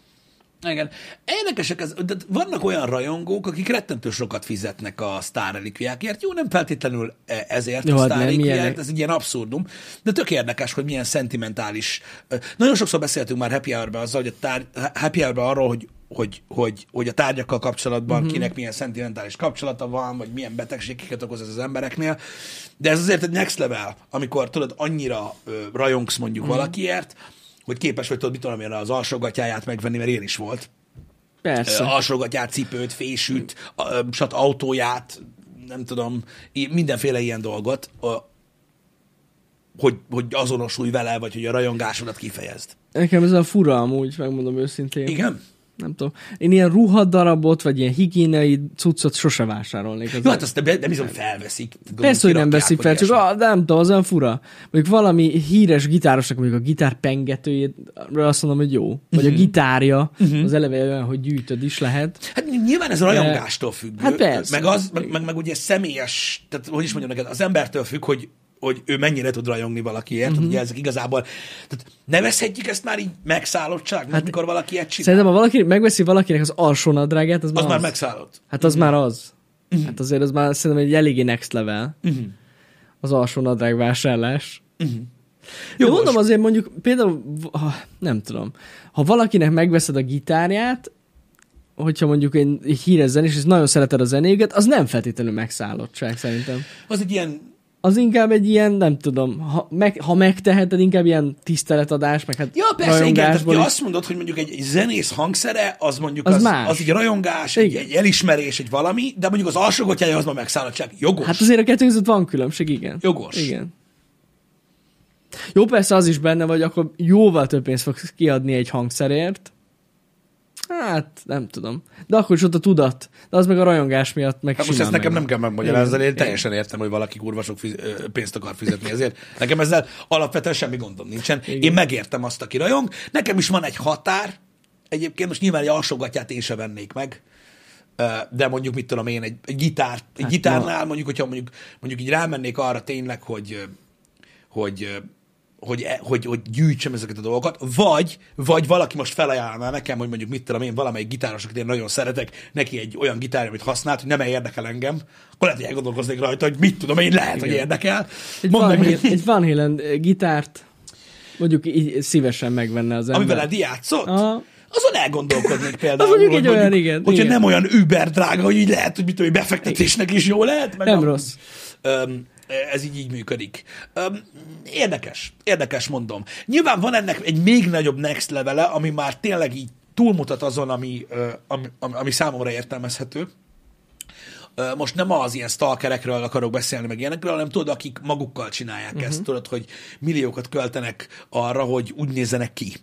Speaker 1: Igen. Érdekesek, ez, de vannak olyan rajongók, akik rettentő sokat fizetnek a sztárrelikviákért. Jó, nem feltétlenül e, ezért
Speaker 2: Jó,
Speaker 1: a
Speaker 2: hát nem,
Speaker 1: sztárrelikviáért,
Speaker 2: ilyenek.
Speaker 1: ez egy ilyen abszurdum, de tök érdekes, hogy milyen szentimentális. ö, Nagyon sokszor beszéltünk már Happy hour azzal, hogy a tár, Happy hour arról, hogy hogy, hogy, hogy a tárgyakkal kapcsolatban mm-hmm. kinek milyen szentimentális kapcsolata van, vagy milyen betegségeket okoz ez az embereknél. De ez azért egy next level, amikor tudod, annyira ö, rajongsz mondjuk mm valakiért, hogy képes vagy tudod, mit tudom én, az alsógatyáját megvenni, mert ilyen is volt
Speaker 2: Persze.
Speaker 1: alsógatját, cipőt, fésűt, ö, sat autóját, nem tudom, i- mindenféle ilyen dolgot, ö, hogy, hogy azonosulj vele, vagy hogy a rajongásodat kifejezd.
Speaker 2: Nekem ez a fura amúgy, megmondom őszintén.
Speaker 1: Igen?
Speaker 2: Nem tudom. Én ilyen ruhadarabot, vagy ilyen higiéniai cuccot sose vásárolnék. Az
Speaker 1: Jó, hát azt nem, nem bizony felveszik. Gondolom,
Speaker 2: Persze, hogy nem
Speaker 1: kirakják,
Speaker 2: veszik
Speaker 1: vagy
Speaker 2: fel, csak
Speaker 1: ilyesmi.
Speaker 2: a, nem tudom, az olyan fura. Mondjuk valami híres gitárosnak, mondjuk a gitár pengetőjét, arra azt mondom, hogy jó. Vagy a
Speaker 1: Mhm.
Speaker 2: gitárja, az eleve olyan, hogy gyűjtöd is lehet.
Speaker 1: Hát nyilván ez a rajongástól függ.
Speaker 2: Hát persze.
Speaker 1: Meg, az, meg, meg, meg ugye személyes, tehát hogy is mondjam neked, az embertől függ, hogy, hogy ő mennyire tud rajongni valakiért.
Speaker 2: Mhm.
Speaker 1: Uh-huh. Ugye ezek igazából, tehát nevezhetjük ezt már így megszállottságnak, hát, mikor valaki ilyet csinál.
Speaker 2: Szerintem, ha valaki megveszi valakinek az alsó nadrágát, az,
Speaker 1: Az
Speaker 2: már
Speaker 1: már Mhm. megszállott. Mhm.
Speaker 2: Hát az már az. Hát azért az már szerintem egy eléggé next level. az alsó nadrág vásárlás. Jó,
Speaker 1: Jogos.
Speaker 2: mondom azért mondjuk, például, ha, nem tudom, ha valakinek megveszed a gitárját, hogyha mondjuk én híres zenés, és nagyon szereted a zenéket, az nem feltétlenül megszállottság szerintem.
Speaker 1: Az egy ilyen...
Speaker 2: Az inkább egy ilyen, nem tudom, ha, meg, ha megteheted, inkább ilyen tiszteletadás, meg hát
Speaker 1: Ja, persze, igen, tehát
Speaker 2: rajongásból
Speaker 1: ja,
Speaker 2: is.
Speaker 1: azt mondod, hogy mondjuk egy, egy zenész hangszere, az mondjuk az,
Speaker 2: Az
Speaker 1: az,
Speaker 2: más.
Speaker 1: az egy rajongás, egy,
Speaker 2: Igen.
Speaker 1: egy, elismerés, egy valami, de mondjuk az alsógatjája az már megszállottság. Jogos.
Speaker 2: Hát azért a kettő között van különbség, igen.
Speaker 1: Jogos.
Speaker 2: Igen. Jó, persze az is benne vagy, akkor jóval több pénzt fogsz kiadni egy hangszerért. Hát, nem tudom. De akkor is ott a tudat. De az meg a rajongás miatt meg
Speaker 1: Hát most ezt
Speaker 2: simán
Speaker 1: nekem nem
Speaker 2: megvan.
Speaker 1: kell megmagyarázni,
Speaker 2: Igen,
Speaker 1: én teljesen értem, hogy valaki kurva sok fiz- ö, pénzt akar fizetni ezért. Nekem ezzel alapvetően semmi gondom nincsen. Igen. Én megértem azt, aki rajong. Nekem is van egy határ. Egyébként most nyilván egy alsógatját én se vennék meg. Ö, De mondjuk, mit tudom én, egy, egy, gitár, egy
Speaker 2: Hát,
Speaker 1: gitárnál mondjuk, hogyha mondjuk, mondjuk így rámennék arra tényleg, hogy, ö, hogy, ö, hogy, e- hogy, hogy gyűjtsem ezeket a dolgokat, vagy, vagy valaki most felajánlná nekem, hogy mondjuk mit tudom én, valamelyik gitáros, akit én nagyon szeretek, neki egy olyan gitár, amit használt, hogy nem érdekel engem, akkor lehet, hogy elgondolkoznék rajta, hogy mit tudom én, lehet, hogy érdekel.
Speaker 2: Egy
Speaker 1: Mondd
Speaker 2: Van,
Speaker 1: meg,
Speaker 2: Halen,
Speaker 1: hogy-
Speaker 2: egy Van Halen eh, gitárt mondjuk így szívesen megvenne az ember.
Speaker 1: amivel eddig játszott?
Speaker 2: Aha.
Speaker 1: Azon elgondolkodnék például.
Speaker 2: mondjuk
Speaker 1: hogy
Speaker 2: egy olyan, igen,
Speaker 1: Hogyha
Speaker 2: igen.
Speaker 1: nem olyan über drága, hogy így lehet, hogy mit tudom, én, befektetésnek is jó lehet. Meg
Speaker 2: Nem
Speaker 1: a-
Speaker 2: rossz.
Speaker 1: Öm, ez így így működik. Öm, érdekes, érdekes mondom. Nyilván van ennek egy még nagyobb next levele, ami már tényleg így túlmutat azon, ami, ö, ami, ami, ami számomra értelmezhető. Ö, most nem az ilyen stalkerekről akarok beszélni, meg ilyenekről, hanem tudod, akik magukkal csinálják
Speaker 2: Mhm.
Speaker 1: uh-huh. ezt, tudod, hogy milliókat költenek arra, hogy úgy nézzenek ki.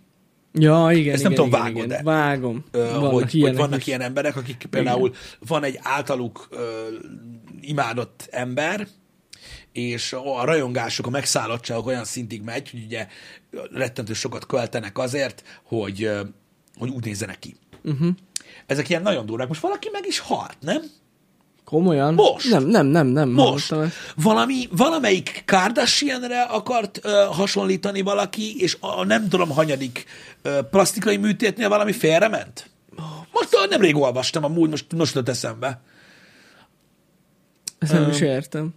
Speaker 2: Ja, igen,
Speaker 1: Ezt nem
Speaker 2: igen,
Speaker 1: tudom,
Speaker 2: igen,
Speaker 1: vágod-e?
Speaker 2: igen. Vágom.
Speaker 1: Ö, hogy, hogy
Speaker 2: ilyenek
Speaker 1: vannak
Speaker 2: is.
Speaker 1: ilyen emberek, akik például van egy általuk ö, imádott ember, és a rajongások, a megszállottságok olyan szintig megy, hogy ugye rettentő sokat költenek azért, hogy, ö, hogy úgy nézzenek ki.
Speaker 2: Mhm.
Speaker 1: Uh-huh. Ezek ilyen nagyon durvák. Most valaki meg is halt, nem?
Speaker 2: Komolyan?
Speaker 1: Most.
Speaker 2: Nem, nem, nem, nem.
Speaker 1: Most
Speaker 2: hallottam ezt.
Speaker 1: valami, valamelyik Kardashianre akart ö, hasonlítani valaki, és a, a nem tudom hanyadik ö, plastikai műtétnél valami félrement? Most ö, nemrég olvastam, amúgy most, most jutott eszembe.
Speaker 2: Ezt nem is értem.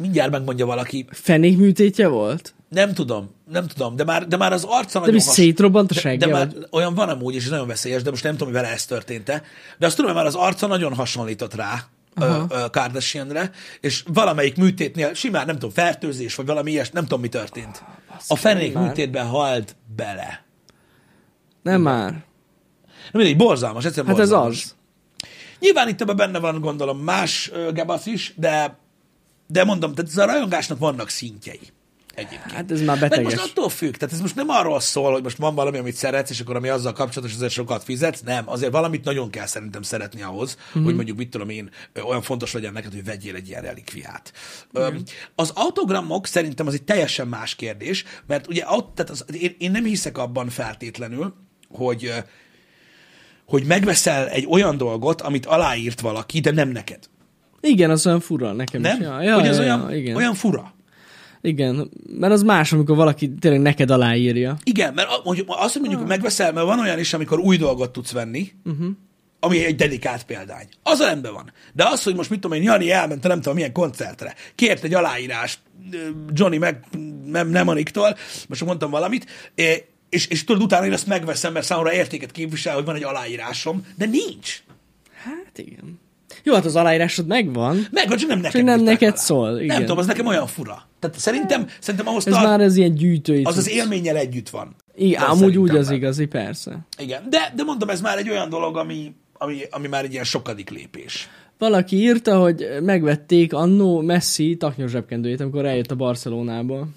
Speaker 1: Mindjárt megmondja valaki.
Speaker 2: Fenék műtétje volt?
Speaker 1: Nem tudom, nem tudom, de már, de már az arca
Speaker 2: De
Speaker 1: nagyon
Speaker 2: mi
Speaker 1: has-
Speaker 2: szétrobbant a
Speaker 1: de, de
Speaker 2: seggje?
Speaker 1: már
Speaker 2: vagy?
Speaker 1: olyan van amúgy, és ez nagyon veszélyes, de most nem tudom, hogy vele ez történt-e. De azt tudom, hogy már az arca nagyon hasonlított rá ö, ö, Kardashianre, és valamelyik műtétnél simán, nem tudom, fertőzés, vagy valami ilyes, nem tudom, mi történt. A fenék
Speaker 2: Ah, már.
Speaker 1: műtétben halt bele.
Speaker 2: Nem már.
Speaker 1: Nem mindegy, borzalmas, egyszerűen
Speaker 2: Hát ez
Speaker 1: borzalmas.
Speaker 2: az.
Speaker 1: Nyilván itt ebben benne van, gondolom, más ö, gebasz is, de, de mondom, tehát ez a rajongásnak vannak szintjei. Egyébként.
Speaker 2: Hát ez már
Speaker 1: Meg
Speaker 2: beteges.
Speaker 1: most attól függ, tehát ez most nem arról szól, hogy most van valami, amit szeretsz, és akkor ami azzal kapcsolatos, azért sokat fizetsz. Nem, azért valamit nagyon kell szerintem szeretni ahhoz,
Speaker 2: Mhm.
Speaker 1: mm-hmm. hogy mondjuk mit tudom én, ö, olyan fontos legyen neked, hogy vegyél egy ilyen relikviát. Mm. Az autogramok szerintem az egy teljesen más kérdés, mert ugye aut- tehát az, én, én nem hiszek abban feltétlenül, hogy ö, hogy megveszel egy olyan dolgot, amit aláírt valaki, de nem neked.
Speaker 2: Igen, az olyan fura nekem
Speaker 1: Nem?
Speaker 2: is. Ja, ja,
Speaker 1: hogy ez
Speaker 2: ja,
Speaker 1: olyan,
Speaker 2: ja, igen.
Speaker 1: olyan fura.
Speaker 2: igen, mert az más, amikor valaki tényleg neked aláírja.
Speaker 1: Igen, mert a- mondjuk azt, hogy mondjuk
Speaker 2: Ah.
Speaker 1: megveszel, mert van olyan is, amikor új dolgot tudsz venni,
Speaker 2: Mhm.
Speaker 1: uh-huh. ami egy dedikált példány. Az a rendben van. De az, hogy most mit tudom én, Jani elment, a nem tudom milyen koncertre, kért egy aláírást ö, Johnny meg nem, nem Aniktól, most mondtam valamit, é, és, és tudod, utána én ezt megveszem, mert számomra értéket képvisel, hogy van egy aláírásom, de nincs.
Speaker 2: Hát igen. Jó, hát az aláírásod megvan.
Speaker 1: Meg, vagy csak nem nekem
Speaker 2: Csak nem
Speaker 1: írták
Speaker 2: neked
Speaker 1: alá.
Speaker 2: szól,
Speaker 1: Nem
Speaker 2: igen.
Speaker 1: tudom, az nekem olyan fura. Tehát szerintem, szerintem ahhoz
Speaker 2: Ez
Speaker 1: tart,
Speaker 2: már az ilyen gyűjtői.
Speaker 1: az az
Speaker 2: cucc.
Speaker 1: élménnyel együtt van.
Speaker 2: Igen,
Speaker 1: Ez
Speaker 2: amúgy
Speaker 1: szerintem
Speaker 2: úgy az
Speaker 1: már.
Speaker 2: igazi, persze.
Speaker 1: Igen, de, de mondom, ez már egy olyan dolog, ami, ami, ami már egy ilyen sokadik lépés.
Speaker 2: Valaki írta, hogy megvették annó Messi taknyos zsebkendőjét, amikor eljött a Barcelonából.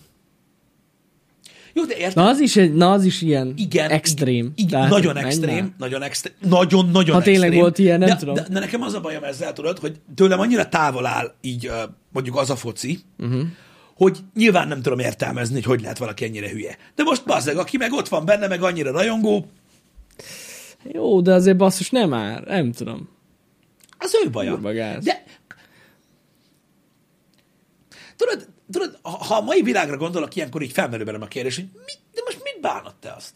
Speaker 1: Jó, de érted?
Speaker 2: Na az is, egy, na az is ilyen
Speaker 1: Igen,
Speaker 2: extrém.
Speaker 1: Igen,
Speaker 2: Tehát,
Speaker 1: nagyon
Speaker 2: menj
Speaker 1: extrém,
Speaker 2: már.
Speaker 1: nagyon extrém, nagyon, nagyon
Speaker 2: Ha tényleg
Speaker 1: extrém.
Speaker 2: volt ilyen, nem
Speaker 1: de,
Speaker 2: tudom.
Speaker 1: De, de nekem az a bajom ezzel, tudod, hogy tőlem annyira távol áll így ö, mondjuk az a foci,
Speaker 2: Mhm.
Speaker 1: uh-huh. hogy nyilván nem tudom értelmezni, hogy hogy lehet valaki ennyire hülye. De most bazdeg, aki meg ott van benne, meg annyira rajongó,
Speaker 2: Jó, de azért basszus nem már, nem tudom.
Speaker 1: Az ő baja.
Speaker 2: Kurva gáz.
Speaker 1: De... Tudod, tudod, ha- ha a mai világra gondolok, ilyenkor így felmerül bennem a kérdés, hogy mi, de most mit bánod te azt?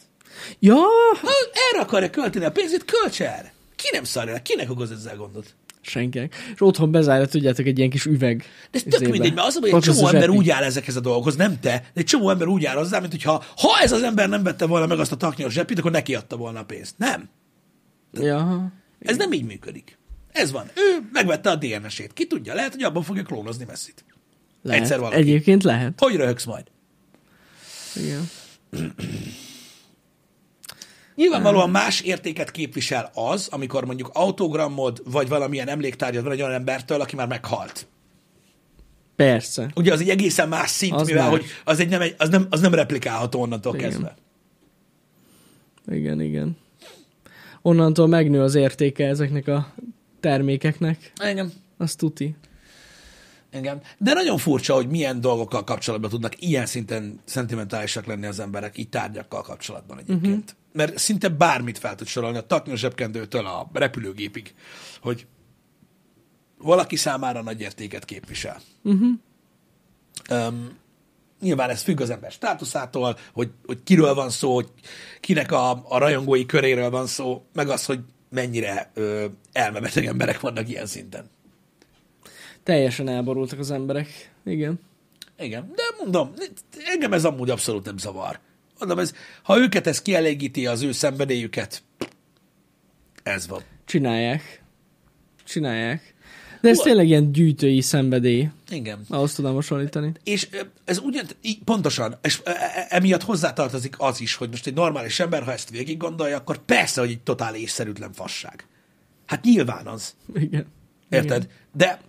Speaker 2: Ja,
Speaker 1: Ha erre akarja költeni a pénzét, költs el! Ki nem szarja, le? kinek okoz ezzel gondot?
Speaker 2: senkinek. És otthon bezárja, tudjátok, egy ilyen kis üveg.
Speaker 1: De ez tök mindegy, mert az, a baj, hogy egy csomó ember úgy áll ezekhez a dolgokhoz, nem te, de egy csomó ember úgy áll hozzá, mint hogyha ha ez az ember nem vette volna meg azt a taknyos zsepit, akkor neki adta volna a pénzt. Nem.
Speaker 2: Ja.
Speaker 1: Ez nem így működik. Ez van. Ő megvette a DNS-ét. Ki tudja, lehet, hogy abban fogja klónozni messzit.
Speaker 2: Lehet.
Speaker 1: Egyszer valaki.
Speaker 2: Egyébként lehet.
Speaker 1: Hogy röhögsz majd?
Speaker 2: Igen.
Speaker 1: Nyilvánvalóan más értéket képvisel az, amikor mondjuk autogramod, vagy valamilyen emléktárgyad van egy olyan embertől, aki már meghalt.
Speaker 2: Persze.
Speaker 1: Ugye az egy egészen más szint,
Speaker 2: Az
Speaker 1: az mivel
Speaker 2: más.
Speaker 1: hogy az, egy nem, egy, az, nem, az nem replikálható onnantól
Speaker 2: Igen.
Speaker 1: kezdve.
Speaker 2: Igen, igen. Onnantól megnő az értéke ezeknek a termékeknek.
Speaker 1: Engem.
Speaker 2: Az tuti.
Speaker 1: Engem. De nagyon furcsa, hogy milyen dolgokkal kapcsolatban tudnak ilyen szinten szentimentálisak lenni az emberek, így tárgyakkal kapcsolatban egyébként. Uh-huh. Mert szinte bármit fel tud sorolni, a taknyos zsebkendőtől a repülőgépig, hogy valaki számára nagy értéket képvisel. Uh-huh. Um, nyilván ez függ az ember státuszától, hogy, hogy kiről van szó, hogy kinek a, a rajongói köréről van szó, meg az, hogy mennyire ö, elmebeteg emberek vannak ilyen szinten.
Speaker 2: Teljesen elborultak az emberek. Igen.
Speaker 1: Igen, de mondom, engem ez amúgy abszolút nem zavar. Mondom, ez, ha őket ez kielégíti az ő szenvedélyüket, ez van.
Speaker 2: Csinálják. Csinálják. De ez
Speaker 1: Hú,
Speaker 2: tényleg ilyen gyűjtői szenvedély.
Speaker 1: Igen.
Speaker 2: Ahhoz tudom hasonlítani.
Speaker 1: És ö, ez ugyan, így, pontosan, és ö, ö, emiatt hozzátartozik az is, hogy most egy normális ember, ha ezt végig gondolja, akkor persze, hogy egy totál észszerűtlen fasság. Hát nyilván az,
Speaker 2: Igen.
Speaker 1: érted? De,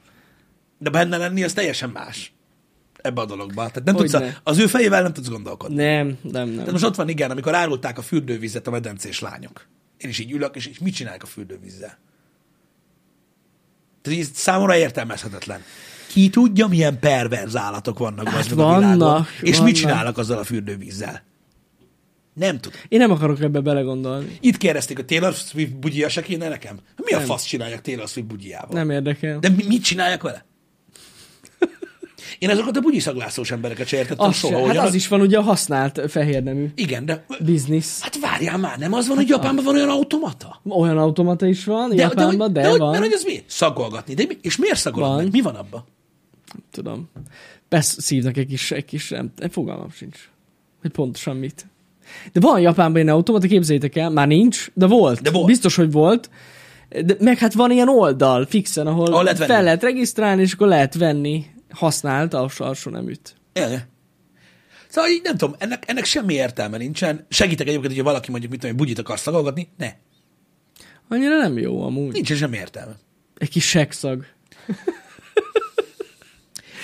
Speaker 1: de benne lenni az teljesen más ebbe a dologba. Tehát nem tudsz,
Speaker 2: Hogyne.
Speaker 1: az ő fejével nem tudsz gondolkodni.
Speaker 2: Nem, nem,
Speaker 1: De
Speaker 2: nem.
Speaker 1: Hát most ott van, igen, amikor árulták a fürdővizet a medencés lányok. Én is így ülök, és így mit csinálják a fürdővízzel? Tehát így számomra értelmezhetetlen. Ki tudja, milyen perverz állatok vannak hát a
Speaker 2: vannak,
Speaker 1: világon, és
Speaker 2: vannak.
Speaker 1: mit csinálnak azzal a fürdővízzel? Nem tudom.
Speaker 2: Én nem akarok ebbe belegondolni.
Speaker 1: Itt kérdezték, a Taylor Swift bugyia se kéne nekem? Mi a
Speaker 2: Nem.
Speaker 1: fasz csinálják Taylor Swift bugyiával?
Speaker 2: Nem érdekel.
Speaker 1: De mi, mit csinálják vele? Én azokat a bugyiszaglázós embereket se értettem
Speaker 2: az
Speaker 1: soha.
Speaker 2: se, hát
Speaker 1: hogyan-
Speaker 2: az is van ugye a használt fehérnemű
Speaker 1: Igen, de...
Speaker 2: biznisz.
Speaker 1: Hát várjál már, nem az van,
Speaker 2: Hát
Speaker 1: hogy Japánban van olyan automata?
Speaker 2: Olyan automata is van,
Speaker 1: De,
Speaker 2: Japánban, de,
Speaker 1: de, hogy-
Speaker 2: van.
Speaker 1: Mert hogy az mi? Szagolgatni. De mi, és miért szagolod
Speaker 2: Van.
Speaker 1: meg? Mi van abban?
Speaker 2: tudom. Persze szívnak egy kis, egy kis nem, nem, fogalmam sincs, hogy pontosan mit. De van Japánban ilyen automata, képzeljétek el, már nincs, de volt.
Speaker 1: De volt.
Speaker 2: Biztos, hogy volt. De, meg hát van ilyen oldal fixen, ahol,
Speaker 1: Ahol Ah, lehet venni.
Speaker 2: fel lehet regisztrálni, és akkor lehet venni használt alsó, alsó neműt.
Speaker 1: Jaj. Szóval így nem tudom, ennek, ennek semmi értelme nincsen. Segítek egyébként, hogyha valaki mondjuk, mit tudom, én, bugyit akar szagolgatni. Ne,
Speaker 2: Annyira nem jó amúgy.
Speaker 1: nincsen semmi értelme.
Speaker 2: Egy kis sekszag.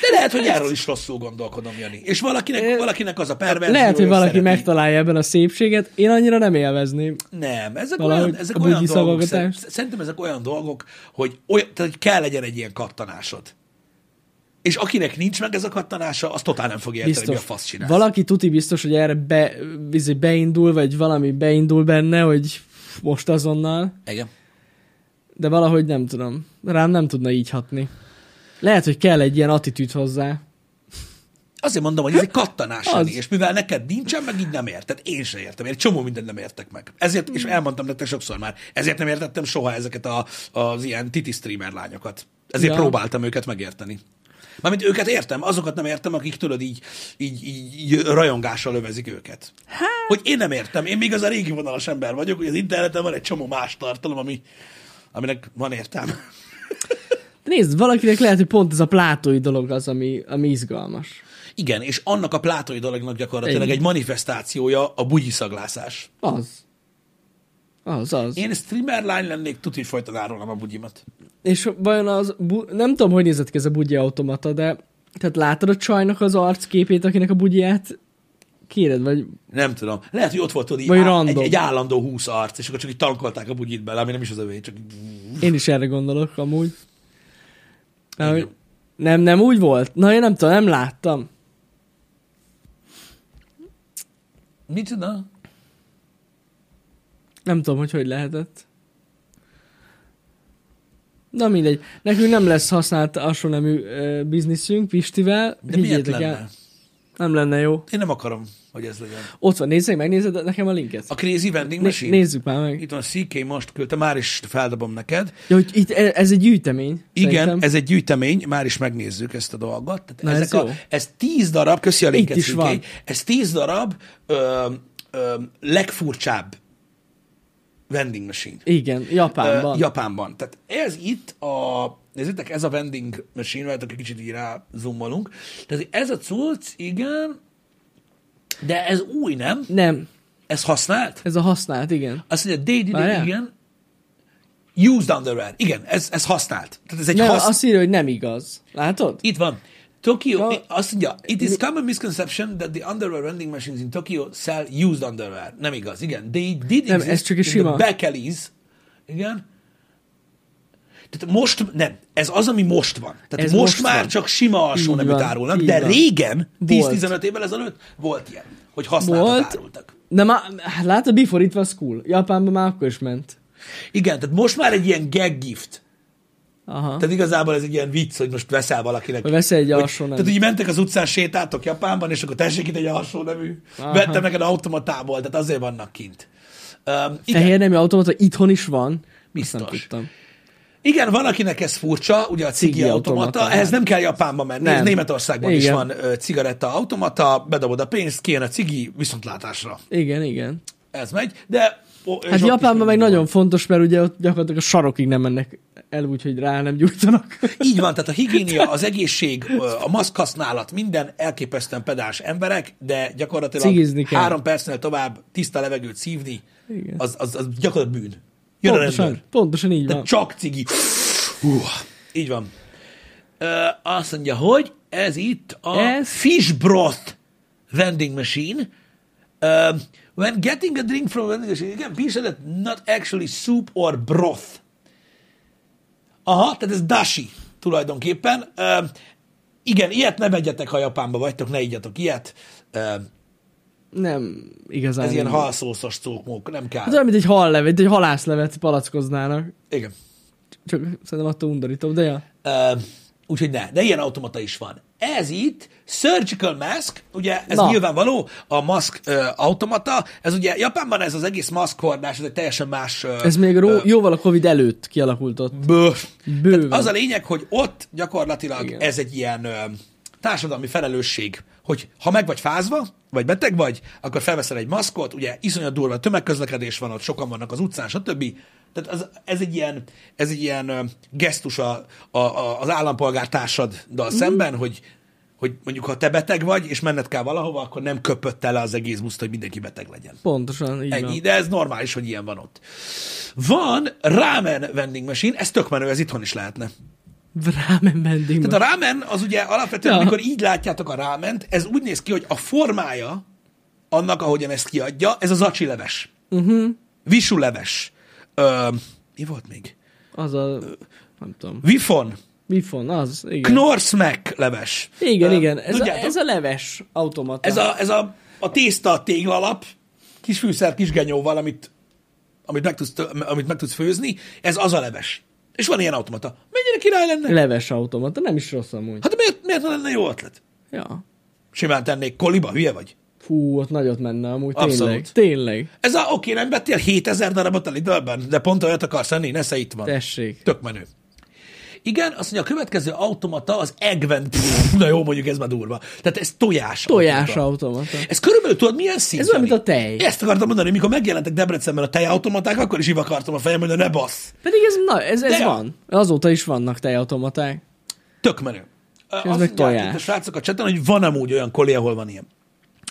Speaker 1: De lehet, hogy erről is rosszul gondolkodom, Jani. És valakinek,
Speaker 2: Ö,
Speaker 1: valakinek az a perverzió.
Speaker 2: Lehet, hogy
Speaker 1: ő
Speaker 2: valaki
Speaker 1: szereti.
Speaker 2: megtalálja ebben a szépséget, én annyira nem élvezném.
Speaker 1: Nem, ezek
Speaker 2: Valahogy
Speaker 1: olyan, ezek
Speaker 2: a
Speaker 1: olyan
Speaker 2: bugyi
Speaker 1: dolgok,
Speaker 2: szagolgatás.
Speaker 1: szerint- szerintem ezek olyan dolgok, hogy, olyan, tehát, hogy kell legyen egy ilyen kattanásod. És akinek nincs meg ez a kattanása, az totál nem fogja érteni, hogy mi a fasz csinál.
Speaker 2: Valaki tuti biztos, hogy erre be, izé, beindul, vagy valami beindul benne, hogy most azonnal,
Speaker 1: Igen.
Speaker 2: de valahogy nem tudom. Rám nem tudna így hatni. Lehet, hogy kell egy ilyen attitűd hozzá.
Speaker 1: Azért mondom, hogy ez egy kattanás,
Speaker 2: Az.
Speaker 1: Jani, és mivel neked nincsen, meg így nem érted. Én sem értem, én egy csomó mindent nem értek meg. Ezért, és elmondtam nektek sokszor már, ezért nem értettem soha ezeket a, az ilyen titi streamer lányokat. Ezért
Speaker 2: Ja.
Speaker 1: ja. próbáltam őket megérteni. Mármint őket értem, azokat nem értem, akik tudod így, így, így, így rajongással övezik őket. Hogy én nem értem, én még az a régi vonalas ember vagyok, hogy az interneten van egy csomó más tartalom, ami, aminek van értelme.
Speaker 2: De nézd, valakinek lehet, hogy pont ez a plátói dolog az, ami, ami izgalmas.
Speaker 1: Igen, és annak a plátói dolognak gyakorlatilag
Speaker 2: Igen.
Speaker 1: egy manifestációja a bugyiszaglászás.
Speaker 2: Az. Az, az.
Speaker 1: Én streamer lány lennék, tudni, hogy folyton árulnám a bugyimat.
Speaker 2: És vajon az, bu- nem tudom, hogy nézett ki ez a bugyi automata, de tehát látod a csajnak az arcképét, akinek a bugyját kéred, vagy
Speaker 1: Nem tudom. Lehet, hogy ott volt tudod, így
Speaker 2: Vagy
Speaker 1: á- egy,
Speaker 2: random.
Speaker 1: egy, állandó húsz arc, és akkor csak így tankolták a bugyit bele, ami nem is az övé, csak így...
Speaker 2: Én is erre gondolok amúgy. Mert, hogy
Speaker 1: Igen.
Speaker 2: nem, nem úgy volt? Na, én nem tudom, nem láttam.
Speaker 1: Mit csinál?
Speaker 2: Nem tudom, hogy hogy lehetett. Na mindegy. Nekünk nem lesz használt hasonlónemű ö, bizniszünk Pistivel.
Speaker 1: De miért
Speaker 2: Higgyétek el,
Speaker 1: lenne?
Speaker 2: Nem lenne jó.
Speaker 1: Én nem akarom. hogy ez legyen.
Speaker 2: Ott van, nézzék, megnézed nekem a linket.
Speaker 1: A Crazy Vending
Speaker 2: Né-
Speaker 1: Machine?
Speaker 2: nézzük már meg.
Speaker 1: Itt van CK most küldte, már is feldobom neked.
Speaker 2: Ja, hogy itt, e- ez egy gyűjtemény.
Speaker 1: Igen,
Speaker 2: szerintem.
Speaker 1: ez egy gyűjtemény, már is megnézzük ezt a dolgot. Tehát
Speaker 2: Na, ez
Speaker 1: ezek a,
Speaker 2: jó.
Speaker 1: ez tíz darab, köszi a linket,
Speaker 2: Itt is
Speaker 1: CK,
Speaker 2: van.
Speaker 1: ez tíz darab ö, ö, legfurcsább vending machine.
Speaker 2: Igen, Japánban.
Speaker 1: Ö, Japánban. Tehát ez itt a... Nézzétek, ez a vending machine, lehet, egy kicsit így rá zoomolunk. Tehát ez a cucc, igen, de ez új, nem?
Speaker 2: Nem,
Speaker 1: Ez használt?
Speaker 2: ez a használt, igen.
Speaker 1: Azt mondja, they did it,
Speaker 2: Várjál.
Speaker 1: igen. Used underwear. Igen, ez, ez használt. Tehát ez egy
Speaker 2: Nem,
Speaker 1: használt.
Speaker 2: azt írja, hogy nem igaz. Látod?
Speaker 1: Itt van. Tokyo,
Speaker 2: Ja.
Speaker 1: azt mondja, it is common misconception that the underwear vending machines in Tokyo sell used underwear. Nem igaz, igen. They did
Speaker 2: Nem,
Speaker 1: exist
Speaker 2: ez csak egy
Speaker 1: in
Speaker 2: sima.
Speaker 1: the back alleys. Igen. Tehát most, nem, ez az, ami most van. Tehát
Speaker 2: Ez
Speaker 1: most,
Speaker 2: most
Speaker 1: már
Speaker 2: van.
Speaker 1: csak sima alsó
Speaker 2: Így
Speaker 1: nem
Speaker 2: van,
Speaker 1: árulnak,
Speaker 2: így
Speaker 1: de
Speaker 2: van.
Speaker 1: régen,
Speaker 2: Volt.
Speaker 1: 10-15 évvel ezelőtt volt ilyen, hogy használtat
Speaker 2: Volt.
Speaker 1: árultak.
Speaker 2: De már, hát látod, before it was cool. Japánban már akkor is ment.
Speaker 1: Igen, tehát most már egy ilyen gag gift.
Speaker 2: Aha.
Speaker 1: Tehát igazából ez egy ilyen vicc, hogy most veszel valakinek.
Speaker 2: Hogy veszel egy alsó
Speaker 1: hogy,
Speaker 2: nevű.
Speaker 1: Tehát így mentek az utcán, sétáltok Japánban, és akkor tessék itt egy alsó nevű.
Speaker 2: Aha.
Speaker 1: Vettem neked automatából, tehát azért vannak kint. Um, igen,
Speaker 2: Fehér nemű automata itthon is van.
Speaker 1: Biztos.
Speaker 2: Azt nem tudtam.
Speaker 1: igen, van, akinek ez furcsa, ugye a cigi,
Speaker 2: Cigi
Speaker 1: automata,
Speaker 2: automata,
Speaker 1: ehhez nem kell Japánba menni,
Speaker 2: Nem.
Speaker 1: ez Németországban is
Speaker 2: Igen.
Speaker 1: van ö, cigaretta automata, bedobod a pénzt, kijön a cigi, viszontlátásra.
Speaker 2: Igen, igen.
Speaker 1: Ez megy, de... ó, és ott
Speaker 2: Hát
Speaker 1: is
Speaker 2: Japánban meg
Speaker 1: mindig
Speaker 2: nagyon fontos, mert ugye ott gyakorlatilag a sarokig nem mennek el, úgyhogy rá nem gyújtanak.
Speaker 1: Így van, tehát a higiénia, az egésség, ö, a maszk használat, minden elképesztően pedás emberek, de gyakorlatilag
Speaker 2: Cigizni kell.
Speaker 1: három percnél tovább tiszta levegőt szívni,
Speaker 2: Igen.
Speaker 1: az, az, az gyakorlatilag bűn. Jön a rendőr.
Speaker 2: Pontosan, pontosan így
Speaker 1: Tehát
Speaker 2: van.
Speaker 1: csak cigi. Hú, így van. Ö, azt mondja, hogy ez itt a
Speaker 2: Ez-
Speaker 1: fish broth vending machine. Ö, when getting a drink from a vending machine, you can be sure that not actually soup or broth. Aha, tehát ez dashi tulajdonképpen. Ö, igen, ilyet ne vegyetek, ha Japánba vagytok, ne igyatok ilyet. Ö,
Speaker 2: Nem igazán.
Speaker 1: ez ilyen
Speaker 2: így.
Speaker 1: halszószos cókmók, nem kell.
Speaker 2: Hát olyan, mint egy hallevet, egy halászlevet palackoznának.
Speaker 1: Igen.
Speaker 2: Csak szerintem attól undorítom, de ja.
Speaker 1: Ö, úgyhogy ne, de ilyen automata is van. Ez itt surgical mask, ugye ez Na.
Speaker 2: Na.
Speaker 1: nyilvánvaló, a maszk ö, automata, ez ugye Japánban ez az egész maszkhordás, ez egy teljesen más... Ö,
Speaker 2: Ez még ró, jóval a Covid előtt kialakult ott.
Speaker 1: bő.
Speaker 2: Bőven.
Speaker 1: Az a lényeg, hogy ott gyakorlatilag Igen.
Speaker 2: Igen.
Speaker 1: ez egy ilyen ö, társadalmi felelősség, hogy ha meg vagy fázva, vagy beteg vagy, akkor felveszel egy maszkot, ugye iszonyat durva tömegközlekedés van ott, sokan vannak az utcán, stb. Tehát az, ez egy ilyen, ez egy ilyen ö, gesztus a, a, a, az állampolgártársaddal mm. szemben, hogy hogy mondjuk ha te beteg vagy, és menned kell valahova, akkor nem köpött el az egész buszt, hogy mindenki beteg legyen.
Speaker 2: Pontosan, így
Speaker 1: Ennyi,
Speaker 2: van.
Speaker 1: de ez normális, hogy ilyen van ott. Van ramen vending machine, ez tök menő, ez itthon is lehetne.
Speaker 2: Rámen vending
Speaker 1: Tehát a ramen az ugye alapvetően, ja.
Speaker 2: Ja.
Speaker 1: amikor így látjátok a ráment, ez úgy néz ki, hogy a formája annak, ahogyan ezt kiadja, ez az acsi leves. Uh-huh. Visu leves. Ö, mi volt még?
Speaker 2: Az a... Nem tudom.
Speaker 1: Vifon.
Speaker 2: Mifon, az, igen.
Speaker 1: Knorsmek leves.
Speaker 2: igen,
Speaker 1: Ö,
Speaker 2: igen. Ez a,
Speaker 1: tudjátok?
Speaker 2: ez a leves automata.
Speaker 1: Ez a, ez a, a tészta a téglalap, kis fűszer, kis genyóval, amit, amit, meg tudsz, tö- amit meg tudsz főzni, ez az a leves. És van ilyen automata. Mennyire király lenne?
Speaker 2: Leves automata, nem is rossz amúgy.
Speaker 1: Hát miért, miért ne lenne jó ötlet?
Speaker 2: Ja.
Speaker 1: Simán tennék koliba, hülye vagy?
Speaker 2: Fú, ott nagyot menne amúgy,
Speaker 1: Abszolút.
Speaker 2: tényleg. Tényleg.
Speaker 1: Ez a, oké, nem vettél 7000 darabot a Lidlben, de pont olyat akarsz enni, nesze itt van.
Speaker 2: Tessék.
Speaker 1: Tök menő. Igen, azt mondja, a következő automata az Egven. Pff, Na jó, mondjuk ez már durva. Tehát ez tojás.
Speaker 2: Tojás
Speaker 1: automata.
Speaker 2: automata.
Speaker 1: Ez körülbelül tudod, milyen szint?
Speaker 2: Ez olyan, mint a tej.
Speaker 1: Ezt akartam mondani, mikor megjelentek Debrecenben a tejautomaták, akkor is ivakartam a fejem, hogy na ne bassz.
Speaker 2: Pedig ez, na, ez, ez
Speaker 1: De-
Speaker 2: van. Azóta is vannak tejautomaták.
Speaker 1: Tök menő. Ö,
Speaker 2: meg
Speaker 1: Azt mondják
Speaker 2: tojás.
Speaker 1: itt a srácok a cseten, hogy van amúgy olyan koli, ahol van ilyen.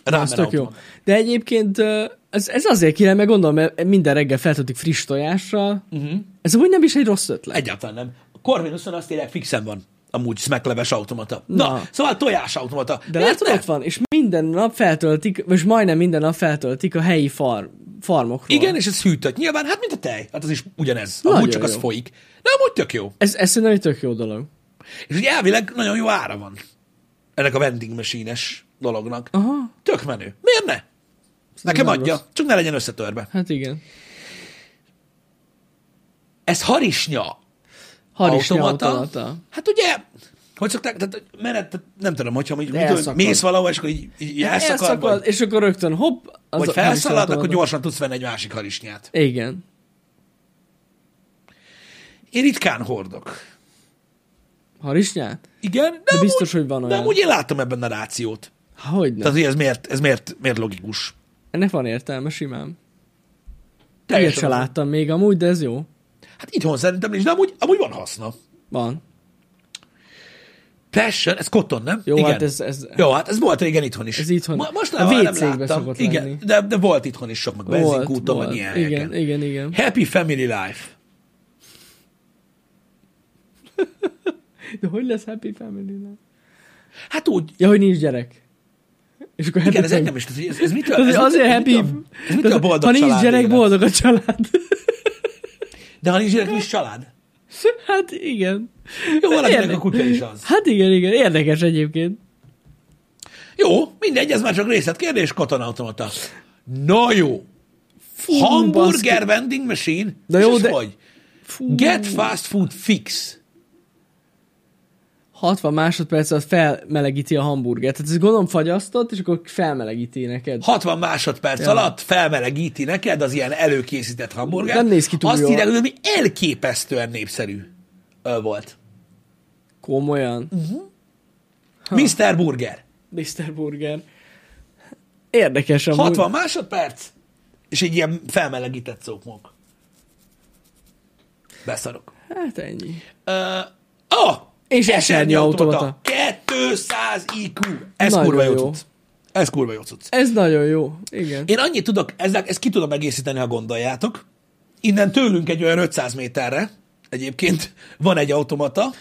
Speaker 1: Rámen
Speaker 2: Az tök jó.
Speaker 1: automata.
Speaker 2: De egyébként ö, ez, ez azért kéne, mert gondolom, mert minden reggel feltöltik friss tojással.
Speaker 1: Mhm.
Speaker 2: Uh-huh. Ez amúgy nem is egy rossz ötlet.
Speaker 1: Egyáltalán nem. A Corvinuson azt írják, fixen van. Amúgy smekleves automata. Na,
Speaker 2: Na.
Speaker 1: szóval tojás automata.
Speaker 2: De
Speaker 1: Miért
Speaker 2: látod,
Speaker 1: nem?
Speaker 2: ott van, és minden nap feltöltik, és majdnem minden nap feltöltik a helyi far, farmokról.
Speaker 1: Igen, és ez hűtött. Nyilván, hát mint a tej. Hát az is ugyanez.
Speaker 2: Nagyon
Speaker 1: Amúgy csak az
Speaker 2: jó.
Speaker 1: folyik. De amúgy tök jó.
Speaker 2: Ez, ez szerintem egy tök jó dolog.
Speaker 1: És ugye elvileg nagyon jó ára van ennek a vending machine-es dolognak.
Speaker 2: Aha.
Speaker 1: Tök menő. Miért ne? Nekem
Speaker 2: nem
Speaker 1: adja,
Speaker 2: rossz.
Speaker 1: csak ne legyen összetörve.
Speaker 2: Hát igen.
Speaker 1: Ez harisnya
Speaker 2: Harisnya
Speaker 1: automata.
Speaker 2: automata.
Speaker 1: Hát ugye, Hogy szokták, tehát menet, tehát nem tudom, hogyha mondjuk,
Speaker 2: De
Speaker 1: mit tudom,
Speaker 2: elszakad.
Speaker 1: mész valahol, és akkor így, így elszakad, vagy,
Speaker 2: és akkor rögtön hopp. Az
Speaker 1: vagy
Speaker 2: a-
Speaker 1: felszalad,
Speaker 2: harisolatolod.
Speaker 1: akkor gyorsan tudsz venni egy másik harisnyát.
Speaker 2: Igen.
Speaker 1: Én ritkán hordok.
Speaker 2: Harisnyát?
Speaker 1: Igen, de,
Speaker 2: De biztos, hogy van
Speaker 1: amúgy, de
Speaker 2: olyan.
Speaker 1: amúgy én látom ebben a rációt.
Speaker 2: Hogyne.
Speaker 1: Tehát, hogy ez miért, ez miért, miért logikus.
Speaker 2: Ennek van értelme simán. Ilyet
Speaker 1: Teljesen
Speaker 2: se
Speaker 1: az-
Speaker 2: láttam még amúgy, de ez jó.
Speaker 1: Hát itthon szerintem nincs, de amúgy, amúgy van haszna.
Speaker 2: Van.
Speaker 1: Passion, ez koton, nem?
Speaker 2: Jó,
Speaker 1: igen.
Speaker 2: hát ez- ez-
Speaker 1: Jó, hát ez volt régen itthon is.
Speaker 2: Ez itthon.
Speaker 1: Ma, most
Speaker 2: A
Speaker 1: nem, nem
Speaker 2: WC-kbe
Speaker 1: láttam.
Speaker 2: szokott lenni.
Speaker 1: Igen, de, de volt itthon is sok, meg benzinkúton, meg ilyen helyeken.
Speaker 2: Igen, igen, igen.
Speaker 1: Happy Family Life.
Speaker 2: De hogy lesz Happy family -nál?
Speaker 1: Hát úgy,
Speaker 2: Ja, hogy nincs gyerek. És akkor happy
Speaker 1: igen, ez
Speaker 2: family.
Speaker 1: engem is. tehát, hogy Ez, ez mitől,
Speaker 2: Ez
Speaker 1: ez
Speaker 2: azért
Speaker 1: mitől,
Speaker 2: happy...
Speaker 1: Ez mitől, ez mitől
Speaker 2: Tehát,
Speaker 1: boldog
Speaker 2: ha nincs
Speaker 1: család
Speaker 2: gyerek,
Speaker 1: élet?
Speaker 2: boldog a család.
Speaker 1: De ha nincs gyerek, nincs család.
Speaker 2: Hát igen.
Speaker 1: Jó, valakinek
Speaker 2: Érdek-
Speaker 1: a kutya is az.
Speaker 2: Hát igen, igen. Érdekes egyébként.
Speaker 1: Jó, mindegy, ez már csak részletkérdés, katonautomata. Na jó. Hamburger vending machine.
Speaker 2: Na
Speaker 1: és
Speaker 2: jó,
Speaker 1: ez
Speaker 2: de-
Speaker 1: Hogy?
Speaker 2: Fú,
Speaker 1: Get fast food fix.
Speaker 2: 60 másodperc alatt felmelegíti a hamburgert. Tehát ez gondolom fagyasztott, és akkor felmelegíti neked.
Speaker 1: 60 másodperc ja. alatt felmelegíti neked az ilyen előkészített hamburgert.
Speaker 2: Nem néz ki túl
Speaker 1: Azt
Speaker 2: jól.
Speaker 1: írják, hogy ami elképesztően népszerű ö, volt.
Speaker 2: Komolyan.
Speaker 1: Mm. Mr. Burger.
Speaker 2: Mr. Burger. Érdekes amúgy.
Speaker 1: 60 másodperc, és egy ilyen felmelegített szókmok. Beszarok.
Speaker 2: Hát ennyi.
Speaker 1: Ö, oh,
Speaker 2: És esernyőautomata.
Speaker 1: 200 IQ. Ez
Speaker 2: Nagyon
Speaker 1: kurva jó,
Speaker 2: jó.
Speaker 1: cucc. Ez kurva jó cucc.
Speaker 2: Ez nagyon jó. Igen.
Speaker 1: Én annyit tudok, ezzel, ezt ki tudom egészíteni, ha gondoljátok. Innen tőlünk egy olyan 500 méterre egyébként van egy automata.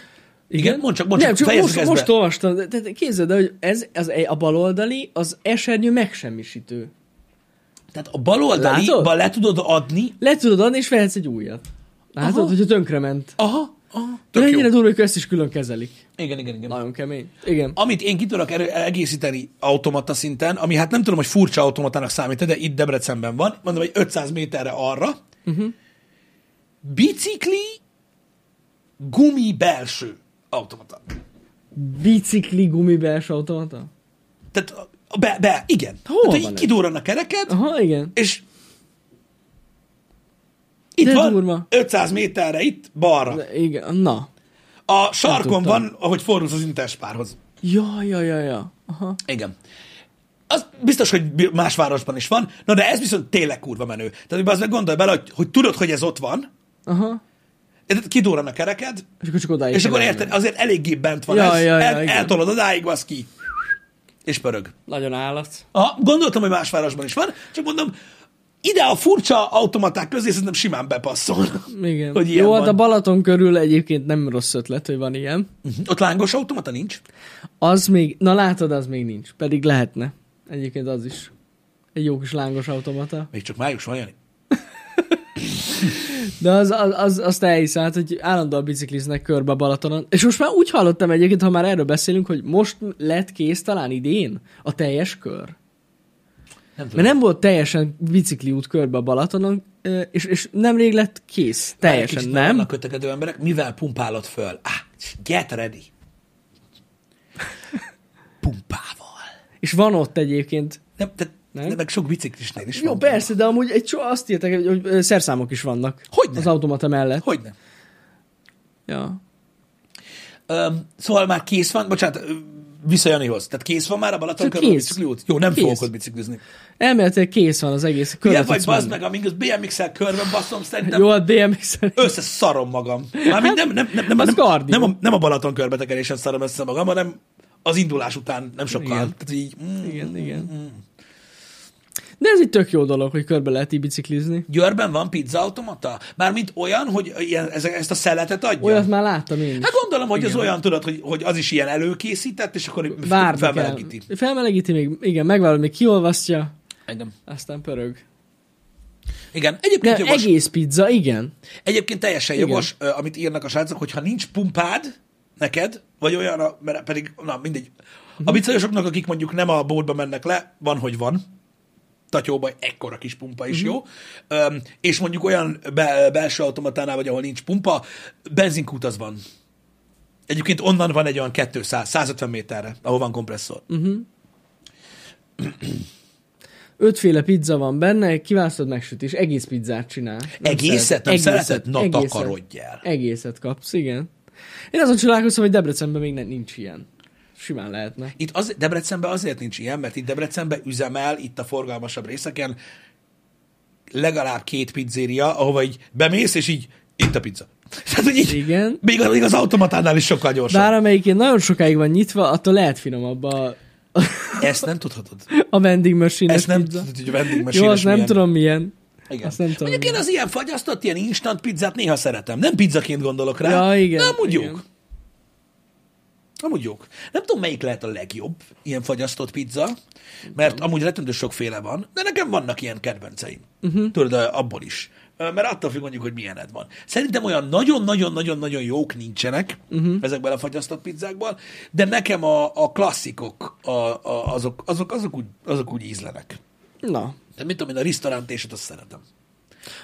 Speaker 1: Igen, mondd csak, mondd
Speaker 2: Nem,
Speaker 1: csak,
Speaker 2: csak
Speaker 1: fejezd
Speaker 2: most,
Speaker 1: ezt
Speaker 2: most
Speaker 1: be.
Speaker 2: olvastam. de- Tehát képzeld el, hogy ez, az, e- a baloldali, az esernyő megsemmisítő.
Speaker 1: Tehát a bal oldaliba
Speaker 2: Látod?
Speaker 1: le tudod adni.
Speaker 2: Le tudod adni, és vehetsz egy újat. Látod,
Speaker 1: Aha.
Speaker 2: Aha. hogyha tönkrement.
Speaker 1: Aha, aha
Speaker 2: De
Speaker 1: tök jó.
Speaker 2: ennyire durva, hogy ezt is külön kezelik.
Speaker 1: Igen, igen, igen.
Speaker 2: Nagyon kemény. Igen.
Speaker 1: Amit én ki tudok erő- egészíteni automata szinten, ami hát nem tudom, hogy furcsa automatának számít, de itt Debrecenben van, mondom, hogy 500 méterre arra, uh-huh.
Speaker 2: Mhm.
Speaker 1: bicikli gumi belső automata.
Speaker 2: Bicikli gumibels automata.
Speaker 1: Tehát a- a be, be, igen.
Speaker 2: Hol
Speaker 1: Tehát,
Speaker 2: van
Speaker 1: hogy
Speaker 2: ez?
Speaker 1: kidúran a kereket,
Speaker 2: Aha, igen.
Speaker 1: és itt
Speaker 2: De
Speaker 1: van,
Speaker 2: durva.
Speaker 1: 500 méterre itt, balra.
Speaker 2: De igen. Na.
Speaker 1: A sarkon
Speaker 2: Nem tudtam.
Speaker 1: van, ahogy fordulsz az interspárhoz.
Speaker 2: Ja, ja, ja, ja. Aha.
Speaker 1: Igen. Az biztos, hogy bi- más városban is van, na de ez viszont tényleg kurva menő. Tehát az meg gondolj bele, hogy, hogy tudod, hogy ez ott van,
Speaker 2: Aha.
Speaker 1: érted, kidúran a kereked,
Speaker 2: És akkor csak odáig.
Speaker 1: és
Speaker 2: kell
Speaker 1: akkor
Speaker 2: menni.
Speaker 1: érted, azért eléggé bent van
Speaker 2: Ja,
Speaker 1: ez.
Speaker 2: ja, ja,
Speaker 1: El,
Speaker 2: igen.
Speaker 1: eltolod odáig, az ki. És pörög.
Speaker 2: Nagyon állat.
Speaker 1: Aha, gondoltam, hogy más városban is van, csak mondom, ide a furcsa automaták közé szerintem simán bepasszol.
Speaker 2: Igen.
Speaker 1: Hogy ilyen
Speaker 2: Jó,
Speaker 1: van.
Speaker 2: hát a Balaton körül egyébként nem rossz ötlet, hogy van ilyen.
Speaker 1: Mhm. Ott lángos automata nincs?
Speaker 2: Az még, na látod, az még nincs. Pedig lehetne. Egyébként az is. Egy jó kis lángos automata.
Speaker 1: Még csak május van, Jani.
Speaker 2: De az, az, az azt elhiszed, hogy állandóan bicikliznek körbe a Balatonon. És most már úgy hallottam egyébként, ha már erről beszélünk, hogy most lett kész talán idén a teljes kör.
Speaker 1: Nem tudom.
Speaker 2: Mert nem volt teljesen bicikli út körbe a Balatonon, ö, és, és nemrég lett kész. Teljesen,
Speaker 1: Kicsit
Speaker 2: nem?
Speaker 1: Vannak kötekedő emberek, mivel pumpálod föl? Ah, get ready. Pumpával.
Speaker 2: És van ott egyébként.
Speaker 1: Nem, de, nem?
Speaker 2: Nem?
Speaker 1: De meg sok biciklisnél is
Speaker 2: Jó,
Speaker 1: van.
Speaker 2: persze, de amúgy egy csó azt írták, hogy, hogy ö, szerszámok is vannak.
Speaker 1: Hogyne.
Speaker 2: Az automata mellett.
Speaker 1: Hogy nem?
Speaker 2: Ja.
Speaker 1: Öm, szóval már kész van, bocsánat, ö, vissza Janihoz. Tehát kész van már a Balaton
Speaker 2: Csak
Speaker 1: körül a
Speaker 2: kész.
Speaker 1: bicikli út? Jó, nem
Speaker 2: Kész.
Speaker 1: fogok ott biciklizni.
Speaker 2: Elméletileg kész van az egész. körbe
Speaker 1: Ilyen vagy
Speaker 2: tudsz
Speaker 1: bazd
Speaker 2: menni.
Speaker 1: meg, amíg az BMX-el körben baszom, szerintem
Speaker 2: Jó, hát a BMX-en.
Speaker 1: összeszarom magam. Mármint nem, nem, nem, nem,
Speaker 2: Az
Speaker 1: nem,
Speaker 2: kardio.
Speaker 1: nem, a, nem a Balaton körbetekerésen szarom össze magam, hanem az indulás után nem sokkal.
Speaker 2: Igen.
Speaker 1: Tehát így, mm,
Speaker 2: Igen, igen. De ez egy tök jó dolog, hogy körbe lehet így biciklizni.
Speaker 1: Győrben van pizzaautomata? Mármint olyan, hogy ilyen, ez, ezt a szeletet adja?
Speaker 2: Olyat már láttam én is.
Speaker 1: Hát gondolom, hogy az olyan, tudod, hogy, hogy az is ilyen előkészített, és akkor
Speaker 2: Várni
Speaker 1: felmelegíti.
Speaker 2: kell. Felmelegíti még, igen, megvárod, még kiolvasztja,
Speaker 1: Engem.
Speaker 2: aztán pörög.
Speaker 1: Igen, egyébként,
Speaker 2: De
Speaker 1: jogos,
Speaker 2: egész pizza, igen.
Speaker 1: egyébként teljesen
Speaker 2: Igen.
Speaker 1: jogos, ö, amit írnak a srácok, hogyha nincs pumpád neked, vagy olyan, a- mert pedig, na mindegy. A bicajosoknak, akik mondjuk nem a bódba mennek le, van, hogy van. Tatyóban ekkora kis pumpa is jó. Öm, és mondjuk olyan be, belső automatánál, vagy ahol nincs pumpa, benzinkút az van. Egyébként onnan van egy olyan 200-150 méterre, ahol van kompresszor.
Speaker 2: Ötféle pizza van benne, kiválasztod, megsütés, egész pizzát csinál. Nem
Speaker 1: Egészet?
Speaker 2: szeret.
Speaker 1: Nem szereted? Na, takarodj el.
Speaker 2: Egészet kapsz, igen. Én azon csodálkoztam, hogy Debrecenben még ne, nincs ilyen. Simán lehetne.
Speaker 1: Itt az, Debrecenben azért nincs ilyen, mert itt Debrecenben üzemel, itt a forgalmasabb részeken legalább két pizzéria, ahova így bemész, és így itt a pizza. Tehát, hogy így,
Speaker 2: Igen.
Speaker 1: még az, még az automatánál is sokkal gyorsabb.
Speaker 2: Bár amelyik ilyen nagyon sokáig van nyitva, attól lehet finomabb a,
Speaker 1: Ezt nem tudhatod.
Speaker 2: a vending machine
Speaker 1: Ezt nem
Speaker 2: pizza.
Speaker 1: tudod, hogy a vending machine
Speaker 2: Jó, azt nem
Speaker 1: milyen.
Speaker 2: tudom milyen.
Speaker 1: Igen.
Speaker 2: Azt nem tudom.
Speaker 1: Mondjuk én az ilyen fagyasztott, ilyen instant pizzát néha szeretem. Nem pizzaként gondolok rá.
Speaker 2: Ja, igen,
Speaker 1: De amúgy
Speaker 2: igen.
Speaker 1: jók. Amúgy jók. Nem tudom, melyik lehet a legjobb ilyen fagyasztott pizza, mert amúgy rettentő sokféle van, de nekem vannak ilyen kedvenceim.
Speaker 2: Mhm.
Speaker 1: Uh-huh. Tudod, abból is. Ö, Mert attól függ mondjuk, hogy milyened van. Szerintem olyan nagyon-nagyon-nagyon-nagyon jók nincsenek
Speaker 2: Mhm.
Speaker 1: uh-huh. ezekben a fagyasztott pizzákban, de nekem a, a klasszikok, a, a, azok, azok, azok, úgy, azok úgy ízlenek.
Speaker 2: Na,
Speaker 1: De mit tudom én, a risztorántését azt szeretem.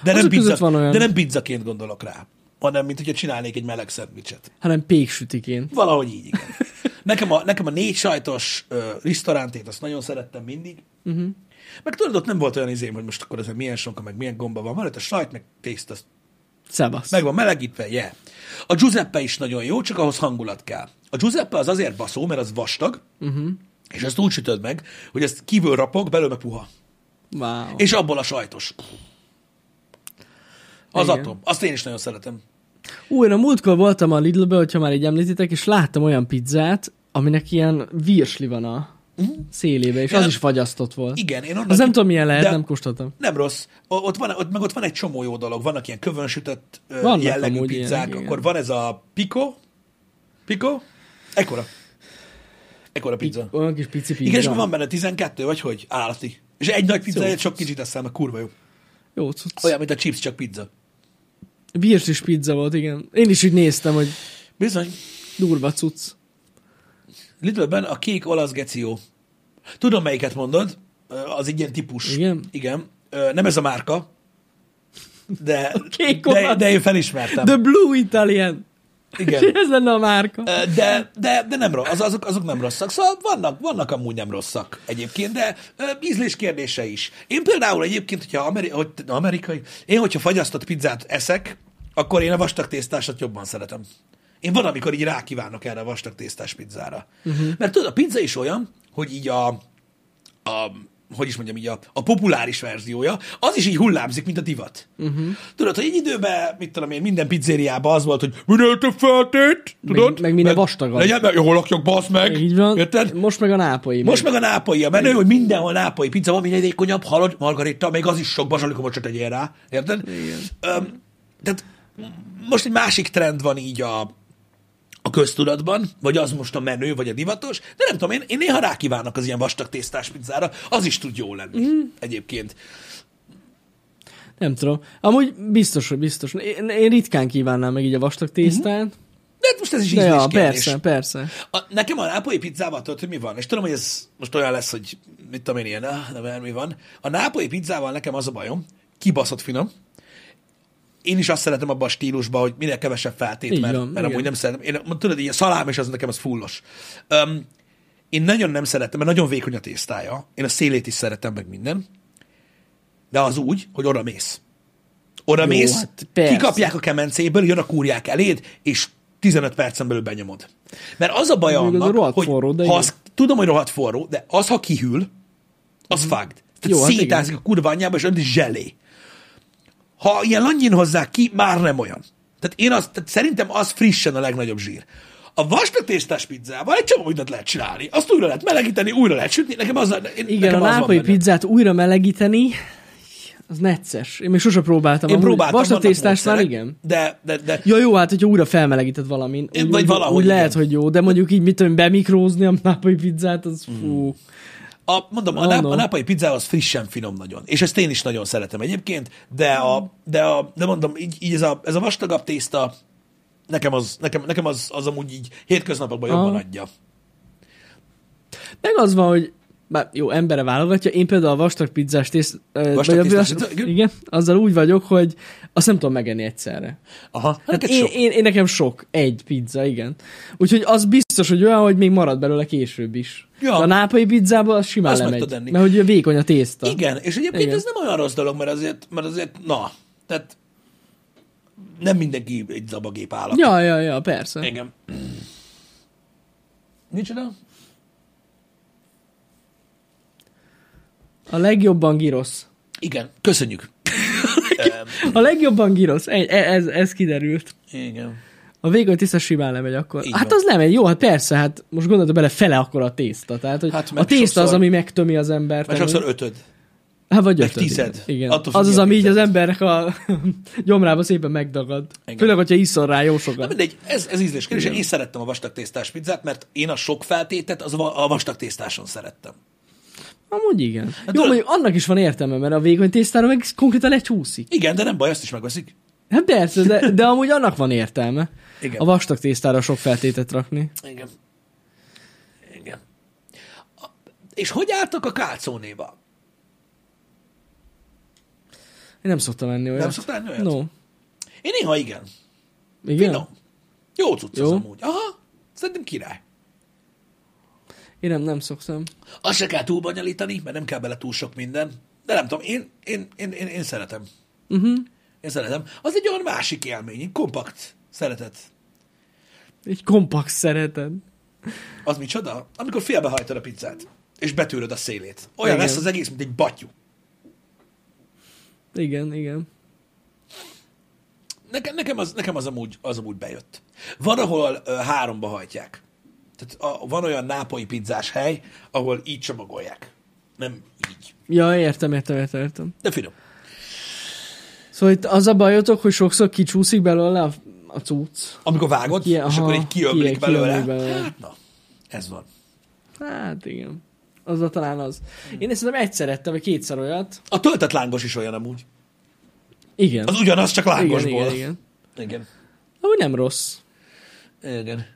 Speaker 1: De nem,
Speaker 2: Azok között
Speaker 1: pizza,
Speaker 2: van olyan.
Speaker 1: de nem pizzaként gondolok rá, hanem mint hogyha csinálnék egy meleg szendvicset.
Speaker 2: hanem péksütiként.
Speaker 1: Valahogy így, igen. Nekem a, nekem a négy sajtos uh, risztorántét, azt nagyon szerettem mindig.
Speaker 2: Mhm.
Speaker 1: Uh-huh. Meg tudod, ott nem volt olyan izém, hogy most akkor ez milyen sonka, meg milyen gomba van. Van ott a sajt, meg tészta, azt
Speaker 2: Szevasz.
Speaker 1: meg van melegítve, yeah. A Giuseppe is nagyon jó, csak ahhoz hangulat kell. A Giuseppe az azért baszó, mert az vastag,
Speaker 2: Mhm.
Speaker 1: uh-huh. és ezt úgy sütöd meg, hogy ezt kívül rapog, belőle puha.
Speaker 2: Wow.
Speaker 1: És abból a sajtos. Az
Speaker 2: Igen.
Speaker 1: atom. Azt én is nagyon szeretem.
Speaker 2: Ú, én a múltkor voltam a Lidlbe, hogyha már így említitek, és láttam olyan pizzát, aminek ilyen virsli van a szélébe, és az
Speaker 1: Ja.
Speaker 2: is fagyasztott volt.
Speaker 1: Igen, én onnan...
Speaker 2: Az nem tudom, milyen lehet,
Speaker 1: De-
Speaker 2: nem kóstoltam.
Speaker 1: Nem rossz. O- Ott van, ott, meg ott van egy csomó jó dolog. Vannak ilyen kövön sütött ö,
Speaker 2: Vannak
Speaker 1: jellegű
Speaker 2: amúgy
Speaker 1: pizzák.
Speaker 2: ilyenek,
Speaker 1: Ilyen,
Speaker 2: igen.
Speaker 1: akkor van ez a pico. Pico? Ekkora. Ekkora pizza.
Speaker 2: Olyan kis pici pizza.
Speaker 1: Igen, és akkor van benne 12, vagy hogy? Állati. És egy nagy
Speaker 2: Szóval
Speaker 1: pizzáját sok kicsit eszem, mert kurva jó.
Speaker 2: Jó cucc.
Speaker 1: Olyan, mint a chips, csak pizza.
Speaker 2: Virslis pizza volt, igen. Én is úgy néztem, hogy
Speaker 1: Bizony.
Speaker 2: durva cucc.
Speaker 1: Lidlben a kék olasz geció. Tudom, melyiket mondod. Ö, Az egy ilyen típus.
Speaker 2: Igen?
Speaker 1: Igen. Ö, Nem ez a márka, de,
Speaker 2: kék
Speaker 1: de,
Speaker 2: olasz.
Speaker 1: de én felismertem.
Speaker 2: The Blue Italian.
Speaker 1: Igen.
Speaker 2: Ez lenne a márka.
Speaker 1: Ö, De, de, de nem rossz, az, azok, azok nem rosszak. Szóval vannak, vannak amúgy nem rosszak egyébként, de ö, ízlés kérdése is. Én például egyébként, hogyha ameri, hogy, amerikai, én hogyha fagyasztott pizzát eszek, akkor én a vastag tésztásat jobban szeretem. Én van, amikor így rákívánok erre a vastag tésztás pizzára. Uh-huh. Mert tudod, a pizza is olyan, hogy így a, a hogy is mondjam így, a, a populáris verziója, az is így hullámzik, mint a divat.
Speaker 2: Mhm.
Speaker 1: Uh-huh. Tudod, hogy egy időben, mit tudom én, minden pizzériában az volt, hogy minél több feltét, tudod?
Speaker 2: meg minden vastagabb.
Speaker 1: Legyen, meg, hol lakjak, basz meg.
Speaker 2: Így van.
Speaker 1: Érted?
Speaker 2: Most meg a nápolyi.
Speaker 1: Most meg a nápolyi a menő, hogy mindenhol nápolyi pizza van, minél vékonyabb, halad, margarita, még az is sok bazsalikomot csak tegyél rá. Érted? Igen. Um, tehát most egy másik trend van így a, a köztudatban, vagy az most a menő, vagy a divatos, de nem tudom, én, én néha rákívánok az ilyen vastag tésztás pizzára, az is tud jó lenni
Speaker 2: Mhm.
Speaker 1: mm. egyébként.
Speaker 2: Nem tudom. Amúgy biztos, hogy biztos. Én, én ritkán kívánnám meg így a vastag tésztát.
Speaker 1: De hát most ez is
Speaker 2: De
Speaker 1: ízlés
Speaker 2: ja,
Speaker 1: kérdés.
Speaker 2: persze, persze.
Speaker 1: A, nekem a nápolyi pizzával tudod, hogy mi van? És tudom, hogy ez most olyan lesz, hogy mit tudom én ilyen, ah, nem mi van. A nápolyi pizzával nekem az a bajom, kibaszott finom. Én is azt szeretem abban a stílusban, hogy minél kevesebb feltét,
Speaker 2: Így
Speaker 1: mert,
Speaker 2: van,
Speaker 1: mert amúgy
Speaker 2: igen.
Speaker 1: nem szeretem. Én, tudod, így a szalám és az nekem az fullos. Um, én nagyon nem szeretem, mert nagyon vékony a tésztája. Én a szélét is szeretem, meg minden. De az úgy, hogy oda mész. Oda mész,
Speaker 2: hát persze.
Speaker 1: kikapják a kemencéből, jön a kúrják eléd, és 15 percen belül benyomod. Mert az a baj
Speaker 2: Mondjuk az
Speaker 1: annak,
Speaker 2: a rohadt
Speaker 1: hogy
Speaker 2: forró, de
Speaker 1: ha
Speaker 2: igen.
Speaker 1: az, tudom, hogy rohadt forró, de az, ha kihűl, az fágd. Tehát
Speaker 2: Jó,
Speaker 1: Jó,
Speaker 2: hát
Speaker 1: szétázik a kurva anyjába, és ön is zselé. Ha ilyen langyin hozzák ki, már nem olyan. Tehát én azt, tehát szerintem az frissen a legnagyobb zsír. A vastag tésztás pizzával egy csomó mindent lehet csinálni. Azt újra lehet melegíteni, újra lehet sütni. Nekem az, én,
Speaker 2: Igen,
Speaker 1: nekem
Speaker 2: a
Speaker 1: az van
Speaker 2: nápolyi
Speaker 1: benne.
Speaker 2: pizzát újra melegíteni, az necces. Én még sose próbáltam.
Speaker 1: Én
Speaker 2: amúgy.
Speaker 1: próbáltam.
Speaker 2: Vastag
Speaker 1: vannak
Speaker 2: tésztás már,
Speaker 1: módszerek,
Speaker 2: igen.
Speaker 1: De, de, de
Speaker 2: Ja, jó, hát hogyha újra felmelegíted valamin.
Speaker 1: Én- vagy
Speaker 2: úgy,
Speaker 1: valahogy,
Speaker 2: Úgy lehet,
Speaker 1: igen.
Speaker 2: hogy jó, de mondjuk így, mit tudom, bemikrózni a nápolyi pizzát, az
Speaker 1: Mm.
Speaker 2: fú.
Speaker 1: A, mondom, a,
Speaker 2: No,
Speaker 1: náp,
Speaker 2: Oh, no.
Speaker 1: a nápai pizza az frissen finom nagyon. És ezt én is nagyon szeretem egyébként, de, a, de, a, de mondom, így, így ez, a, ez a vastagabb tészta, nekem az, nekem, nekem az, az amúgy így hétköznapokban jobban
Speaker 2: Aha.
Speaker 1: adja.
Speaker 2: Meg az van, hogy bár jó, embere válogatja. Én például a vastag pizzás tészt... ö,
Speaker 1: Vastag hát,
Speaker 2: vagy a
Speaker 1: tésztás
Speaker 2: vastag-
Speaker 1: pizza, igen.
Speaker 2: igen, azzal úgy vagyok, hogy azt nem tudom megenni egyszerre.
Speaker 1: Aha, hát
Speaker 2: Hát én, én, én, nekem sok. Egy pizza, igen. Úgyhogy az biztos, hogy olyan, hogy még marad belőle később is.
Speaker 1: Ja.
Speaker 2: Ja. A nápai pizzába az simán
Speaker 1: Azt meg
Speaker 2: lemegy.
Speaker 1: tudod enni.
Speaker 2: Mert hogy vékony a tészta.
Speaker 1: Igen, és egyébként
Speaker 2: Igen.
Speaker 1: ez nem olyan rossz dolog, mert azért, mert azért na, tehát nem mindenki egy zabagép állat.
Speaker 2: Ja, ja, ja, persze. Igen.
Speaker 1: Igen. Nincs oda?
Speaker 2: A legjobban girosz.
Speaker 1: Igen, köszönjük.
Speaker 2: A legjobban girosz. Egy- e- Ez, ez kiderült.
Speaker 1: Igen.
Speaker 2: A vékony tészta simán lemegy akkor.
Speaker 1: Így
Speaker 2: hát
Speaker 1: van.
Speaker 2: az lemegy, jó, hát persze, hát most gondolta bele fele akkor a tészta. Tehát, hogy
Speaker 1: Hát
Speaker 2: hát
Speaker 1: meg
Speaker 2: a tészta sokszor... az,
Speaker 1: sokszor-
Speaker 2: ami megtömi az embert.
Speaker 1: Mert
Speaker 2: ami-
Speaker 1: sokszor ötöd.
Speaker 2: Hát vagy
Speaker 1: Meg
Speaker 2: ötöd,
Speaker 1: tized.
Speaker 2: Igen.
Speaker 1: Attól
Speaker 2: Attól
Speaker 1: függ,
Speaker 2: az
Speaker 1: milyen
Speaker 2: az, ami így az
Speaker 1: tized.
Speaker 2: embernek a gyomrába szépen megdagad.
Speaker 1: Igen.
Speaker 2: Igen. Főleg, hogyha iszol rá jó
Speaker 1: Na
Speaker 2: sokat.
Speaker 1: mindegy, ez, ez ízlés kérdés. Én szerettem a vastag tésztás pizzát, mert én a sok feltétet az a a vastag tésztáson szerettem.
Speaker 2: Amúgy igen. Hát jó,
Speaker 1: tudod-
Speaker 2: mondjuk annak is van értelme, mert a vékony tésztára meg konkrétan lecsúszik.
Speaker 1: Igen, de nem baj, azt is megveszik.
Speaker 2: Hát persze, de, de amúgy annak van értelme.
Speaker 1: Igen.
Speaker 2: Igen. A vastag tésztára sok feltétet rakni.
Speaker 1: Igen. Igen. A- És hogy álltak a kálcónéval?
Speaker 2: Én nem szoktam enni olyat.
Speaker 1: Nem szoktál enni olyat?
Speaker 2: No.
Speaker 1: Én néha igen.
Speaker 2: Igen?
Speaker 1: Finom. Jó cucc az
Speaker 2: Jó.
Speaker 1: amúgy. Aha, szerintem király.
Speaker 2: Én nem, nem szoktam.
Speaker 1: Azt se kell túlbonyolítani, mert nem kell bele túl sok minden. De nem tudom, én, én, én, én, én szeretem.
Speaker 2: Uh-huh.
Speaker 1: Én szeretem. Az egy olyan másik élmény, kompakt szeretet.
Speaker 2: Egy kompakt szereted.
Speaker 1: Az micsoda? Amikor félbehajtod a pizzát, és betűröd a szélét. Olyan
Speaker 2: Igen.
Speaker 1: lesz az egész, mint egy batyú.
Speaker 2: Igen, igen.
Speaker 1: Nekem, nekem, az, nekem az, amúgy, az amúgy bejött. Van, ahol ö, háromba hajtják. Tehát a, van olyan nápolyi pizzás hely, ahol így csomagolják. Nem így.
Speaker 2: Ja, értem, értem, értem, értem.
Speaker 1: De finom.
Speaker 2: Szóval itt az a bajotok, hogy sokszor kicsúszik belőle a, a cucc.
Speaker 1: Amikor vágod,
Speaker 2: Ki-
Speaker 1: és
Speaker 2: aha,
Speaker 1: akkor így kiömlik
Speaker 2: ki-
Speaker 1: belőle.
Speaker 2: kiömlik belőle.
Speaker 1: Hát na, ez van.
Speaker 2: Hát igen. Az a talán az. Én ezt szerintem egyszer ettem, vagy kétszer olyat.
Speaker 1: A töltött lángos is olyan amúgy.
Speaker 2: Igen.
Speaker 1: Az ugyanaz, csak
Speaker 2: igen,
Speaker 1: lángosból.
Speaker 2: igen, igen.
Speaker 1: igen.
Speaker 2: Amúgy nem rossz.
Speaker 1: Igen.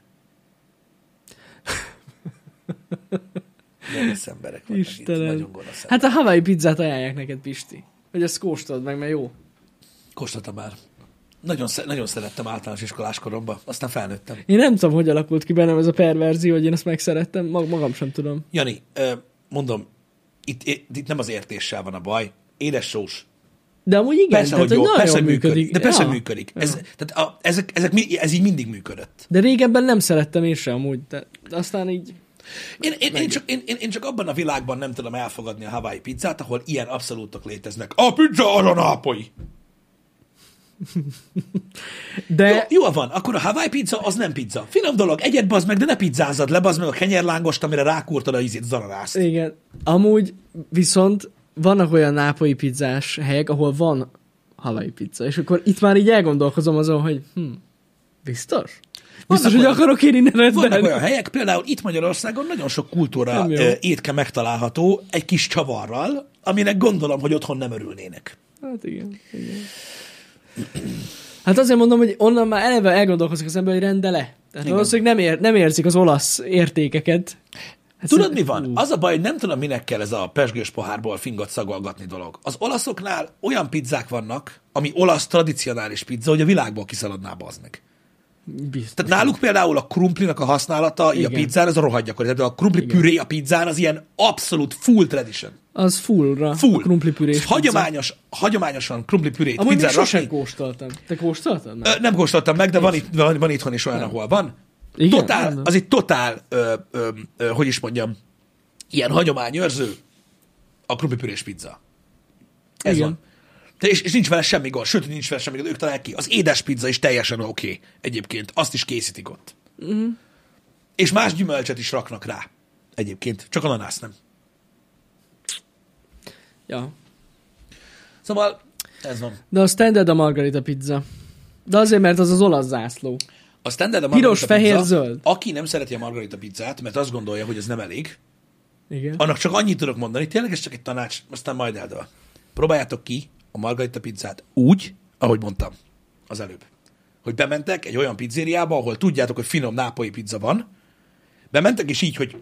Speaker 1: Gonosz emberek vannak itt,
Speaker 2: Istenem.
Speaker 1: nagyon gonosz hát...
Speaker 2: Hát a havai pizzát ajánlják neked, Pisti. Hogy ezt kóstold meg, mert jó.
Speaker 1: Kóstoltam már. Nagyon, sze- nagyon szerettem általános iskolás koromban, aztán felnőttem.
Speaker 2: Én nem tudom, hogy alakult ki bennem ez a perverzió, hogy én ezt megszerettem. Mag- magam sem tudom.
Speaker 1: Jani, ö, mondom, itt, itt itt nem az értéssel van a baj, édes sós.
Speaker 2: De amúgy igen,
Speaker 1: Persze,
Speaker 2: tehát,
Speaker 1: hogy jó,
Speaker 2: nagyon
Speaker 1: persze, hogy működik.
Speaker 2: működik.
Speaker 1: De persze,
Speaker 2: Ja.
Speaker 1: hogy működik. Ez, tehát a, ezek, ezek, mi- ez így mindig működött.
Speaker 2: De régebben nem szerettem én sem amúgy. De, de aztán így...
Speaker 1: Én, én, én, csak, én, én, én csak abban a világban nem tudom elfogadni a Hawaii pizzát, ahol ilyen abszolútok léteznek. A pizza arra nápolyi!
Speaker 2: De
Speaker 1: Jó, jó van, akkor a Hawaii pizza az nem pizza. Finom dolog, egyet bazd meg, de ne pizzázad le, bazd meg a kenyérlángost, amire rákúrtad a ízét, az ananászt.
Speaker 2: igen, amúgy viszont vannak olyan nápolyi pizzás helyek, ahol van havai pizza, és akkor itt már így elgondolkozom azon, hogy hm, biztos? Biztos, hogy
Speaker 1: olyan-
Speaker 2: akarok én innen
Speaker 1: Vannak olyan
Speaker 2: rendelni?
Speaker 1: helyek, például itt Magyarországon nagyon sok kultúra
Speaker 2: Nem jó.
Speaker 1: ö, étke megtalálható egy kis csavarral, aminek gondolom, hogy otthon nem örülnének.
Speaker 2: Hát igen, igen. Hát azért mondom, hogy onnan már eleve elgondolkozik az ember, hogy rendele. Tehát valószínűleg nem, ér, nem érzik az olasz értékeket. Hát
Speaker 1: Tudod, mi
Speaker 2: szerintem-
Speaker 1: van? Az a baj, hogy nem tudom, minek kell ez a pesgős pohárból fingot szagolgatni dolog. Az olaszoknál olyan pizzák vannak, ami olasz tradicionális pizza, hogy a világból kiszaladná bazd meg.
Speaker 2: Biztos.
Speaker 1: Tehát náluk például a krumplinak a használata így a
Speaker 2: Igen.
Speaker 1: pizzán, ez a rohadt gyakori. Tehát a krumpli püré a pizzán az ilyen abszolút full tradition.
Speaker 2: Az fullra.
Speaker 1: Full.
Speaker 2: A krumplipürés. pizza.
Speaker 1: Hagyományos, hagyományosan krumpli pürét
Speaker 2: Amúgy még
Speaker 1: pizzán
Speaker 2: sosem
Speaker 1: rakni.
Speaker 2: kóstoltam. Te kóstoltad már?
Speaker 1: Ö, Nem kóstoltam meg, de van, itt, van, van itthon is olyan, ahol van.
Speaker 2: Igen?
Speaker 1: Totál,
Speaker 2: Nem.
Speaker 1: az egy totál, ö, ö, ö, hogy is mondjam, ilyen hagyományőrző a krumplipürés pizza. Ez
Speaker 2: Igen.
Speaker 1: van. De és, és nincs vele semmi gond, sőt, nincs vele semmi gond, ők találják ki. Az édes pizza is teljesen oké okay, egyébként, azt is készítik ott. Uh-huh.
Speaker 2: Mhm.
Speaker 1: És más gyümölcset is raknak rá egyébként, csak ananász nem.
Speaker 2: Ja.
Speaker 1: Szóval ez van.
Speaker 2: De a standard a margarita pizza. De azért, mert az az olasz zászló.
Speaker 1: A standard a
Speaker 2: Piros,
Speaker 1: margarita
Speaker 2: fehér,
Speaker 1: pizza,
Speaker 2: zöld.
Speaker 1: Aki nem szereti a margarita pizzát, mert azt gondolja, hogy ez nem elég,
Speaker 2: Igen.
Speaker 1: annak csak annyit tudok mondani, tényleg ez csak egy tanács, aztán majd eldől. Próbáljátok ki a margarita pizzát úgy, ahogy mondtam az előbb. Hogy bementek egy olyan pizzériába, ahol tudjátok, hogy finom nápolyi pizza van, bementek és így, hogy